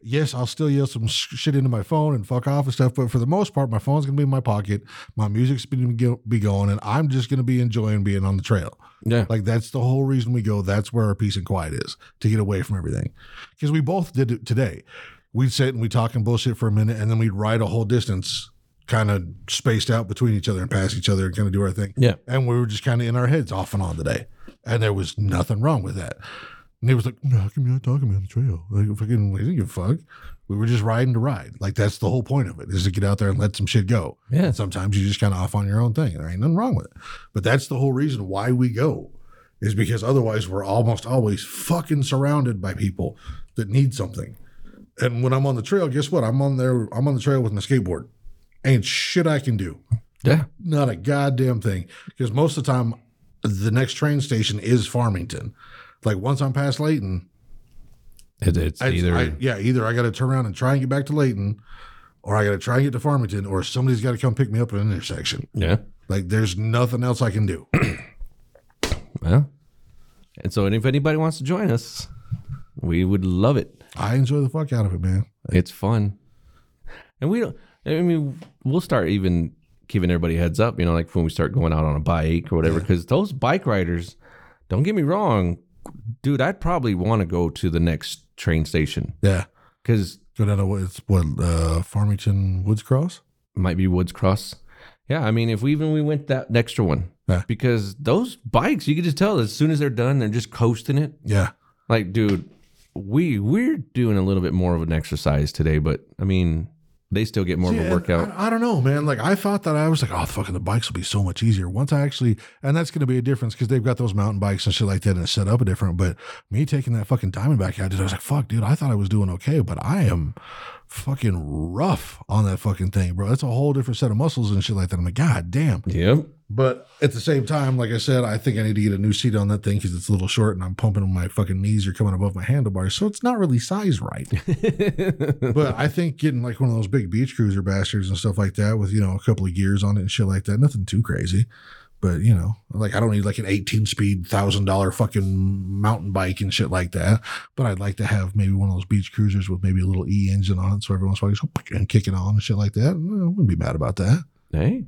Speaker 5: Yes, I'll still yell some sh- shit into my phone and fuck off and stuff. But for the most part, my phone's gonna be in my pocket. My music's gonna be- be going, and I'm just gonna be enjoying being on the trail.
Speaker 4: yeah.
Speaker 5: Like that's the whole reason we go. That's where our peace and quiet is to get away from everything. Because we both did it today. we'd sit and we'd talk and bullshit for a minute, and then we'd ride a whole distance, kind of spaced out between each other and pass each other and kind of do our thing.
Speaker 4: Yeah.
Speaker 5: And we were just kind of in our heads off and on today, and there was nothing wrong with that. And he was like, "No, "How come you're not talking about the trail? Like, fucking, I didn't give a fuck. We were just riding to ride. Like, that's the whole point of it is to get out there and let some shit go.
Speaker 4: Yeah.
Speaker 5: And sometimes you just kind of off on your own thing, and there ain't nothing wrong with it. But that's the whole reason why we go, is because otherwise we're almost always fucking surrounded by people that need something. And when I'm on the trail, guess what? I'm on there. I'm on the trail with my skateboard. Ain't shit I can do.
Speaker 4: Yeah.
Speaker 5: Not a goddamn thing. Because most of the time, the next train station is Farmington. Like once I'm past Layton,
Speaker 4: It, it's
Speaker 5: I,
Speaker 4: either
Speaker 5: I- yeah, either I got to turn around and try and get back to Layton, or I got to try and get to Farmington, or somebody's got to come pick me up at an intersection.
Speaker 4: yeah.
Speaker 5: Like there's nothing else I can do.
Speaker 4: Well, and so if anybody wants to join us, we would love it.
Speaker 5: I enjoy the fuck out of it, man.
Speaker 4: It's fun, and we don't. I mean, we'll start even giving everybody a heads up. You know, like when we start going out on a bike or whatever, because those bike riders. Don't get me wrong, dude. I'd probably want to go to the next train station
Speaker 5: Yeah,
Speaker 4: because
Speaker 5: go down to what it's what uh, Farmington Woods Cross.
Speaker 4: might be Woods Cross. Yeah, I mean, if we even we went that extra one,
Speaker 5: Yeah.
Speaker 4: because those bikes, you could just tell as soon as they're done, they're just coasting it.
Speaker 5: Yeah,
Speaker 4: Like, dude, we we're doing a little bit more of an exercise today, but I mean, they still get more of a
Speaker 5: Yeah,
Speaker 4: workout.
Speaker 5: I, I don't know, man. Like I thought that I was like, oh, fucking the bikes will be so much easier once I actually, and that's going to be a difference because they've got those mountain bikes and shit like that and it's set up different. But me taking that fucking Diamondback out, dude, I was like, fuck, dude, I thought I was doing okay, but I am fucking rough on that fucking thing, bro. That's a whole different set of muscles and shit like that. I'm like, god damn.
Speaker 4: Yep.
Speaker 5: But at the same time, like I said, I think I need to get a new seat on that thing because it's a little short and I'm pumping my fucking knees are coming above my handlebars. So it's not really size right. but I think getting like one of those big beach cruiser bastards and stuff like that with, you know, a couple of gears on it and shit like that, nothing too crazy. But, you know, like I don't need like an 18 speed, $1,000 fucking mountain bike and shit like that. But I'd like to have maybe one of those beach cruisers with maybe a little E engine on it. So every once in a while, you just and kick it on and shit like that. I wouldn't be mad about that.
Speaker 4: Hey,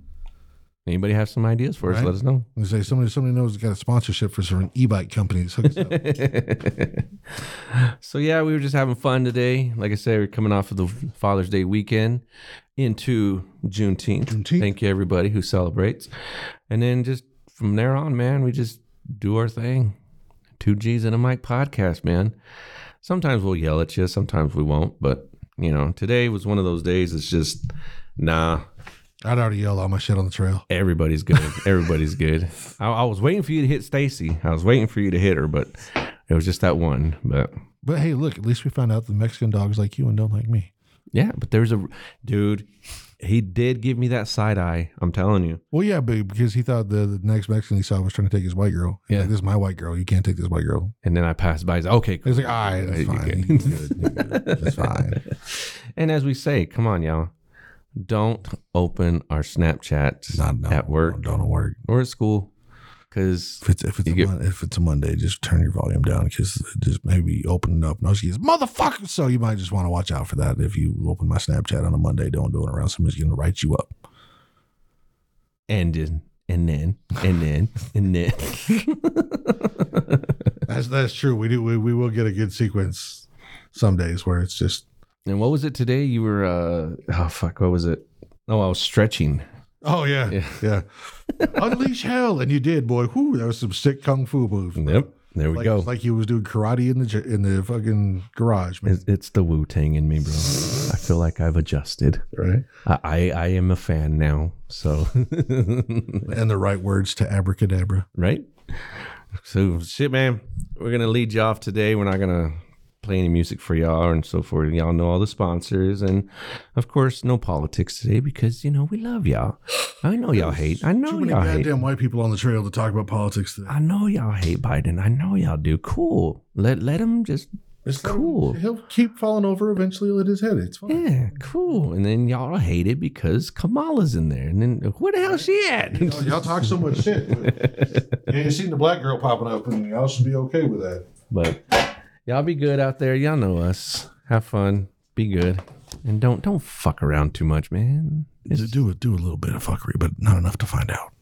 Speaker 4: anybody have some ideas for us?
Speaker 5: Right.
Speaker 4: Let us know.
Speaker 5: They say somebody somebody knows got a sponsorship for some e-bike companies. Hook us up.
Speaker 4: so yeah, we were just having fun today. Like I said, we're coming off of the Father's Day weekend into Juneteenth.
Speaker 5: Juneteenth.
Speaker 4: Thank you everybody who celebrates. And then just from there on, man, we just do our thing. Two G's and a mic podcast, man. Sometimes we'll yell at you, sometimes we won't, but you know, today was one of those days it's just nah,
Speaker 5: I'd already yell all my shit on the trail.
Speaker 4: Everybody's good. Everybody's good. I, I was waiting for you to hit Stacy. I was waiting for you to hit her, but it was just that one. But
Speaker 5: But hey, look, at least we found out the Mexican dogs like you and don't like me.
Speaker 4: yeah, but there's a dude. He did give me that side eye. I'm telling you.
Speaker 5: Well, yeah, but because he thought the, the next Mexican he saw was trying to take his white girl. He's
Speaker 4: Yeah.
Speaker 5: like, this is my white girl. You can't take this white girl.
Speaker 4: And then I passed by. He's like, okay, cool.
Speaker 5: He's like, all right, that's
Speaker 4: You
Speaker 5: fine.
Speaker 4: good.
Speaker 5: You good. You good. That's fine.
Speaker 4: And as we say, come on, y'all. Don't open our Snapchats
Speaker 5: Not no,
Speaker 4: at work
Speaker 5: Don't work.
Speaker 4: or at school because
Speaker 5: If it's if it's, a,
Speaker 4: get-
Speaker 5: Mon- if it's a Monday, just turn your volume down because just maybe open it up. No excuse, motherfucker. So you might just want to watch out for that. If you open my Snapchat on a Monday, don't do it around somebody's going to write you up.
Speaker 4: and then and then and then and then.
Speaker 5: That's that's true. We do we, we will get a good sequence some days where it's just
Speaker 4: and what was it today? You were uh oh fuck, what was it? Oh, I was stretching.
Speaker 5: oh yeah yeah, unleash hell and you did boy. Whoo, that was some sick kung fu move.
Speaker 4: Yep. There we
Speaker 5: Like,
Speaker 4: go.
Speaker 5: it's like you was doing karate in the j- in the fucking garage, man.
Speaker 4: It's, it's the Wu Tang in me, bro. I feel like I've adjusted.
Speaker 5: Right,
Speaker 4: I, I, I am a fan now. So,
Speaker 5: and the right words to abracadabra.
Speaker 4: right? So, shit, man. We're going to lead you off today. We're not going to play any music for y'all and so forth. Y'all know all the sponsors. And, of course, no politics today because, you know, we love y'all. I know y'all hate. Oh, I know
Speaker 5: Too many
Speaker 4: y'all hate. Ah,
Speaker 5: goddamn white people on the trail to talk about politics today.
Speaker 4: I know y'all hate Biden. I know y'all do. Cool. Let, let him just.
Speaker 5: It's
Speaker 4: cool.
Speaker 5: He'll keep falling over eventually. Let his head. It's fine.
Speaker 4: Yeah, cool. And then y'all hate it because Kamala's in there. And then where the hell she at?
Speaker 5: Y'all talk so much shit. but You ain't seen the black girl popping up, and y'all should be okay with that.
Speaker 4: But y'all be good out there. Y'all know us. Have fun. Be good. And don't don't fuck around too much, man. It's-
Speaker 5: do a do a little bit of fuckery, but not enough to find out.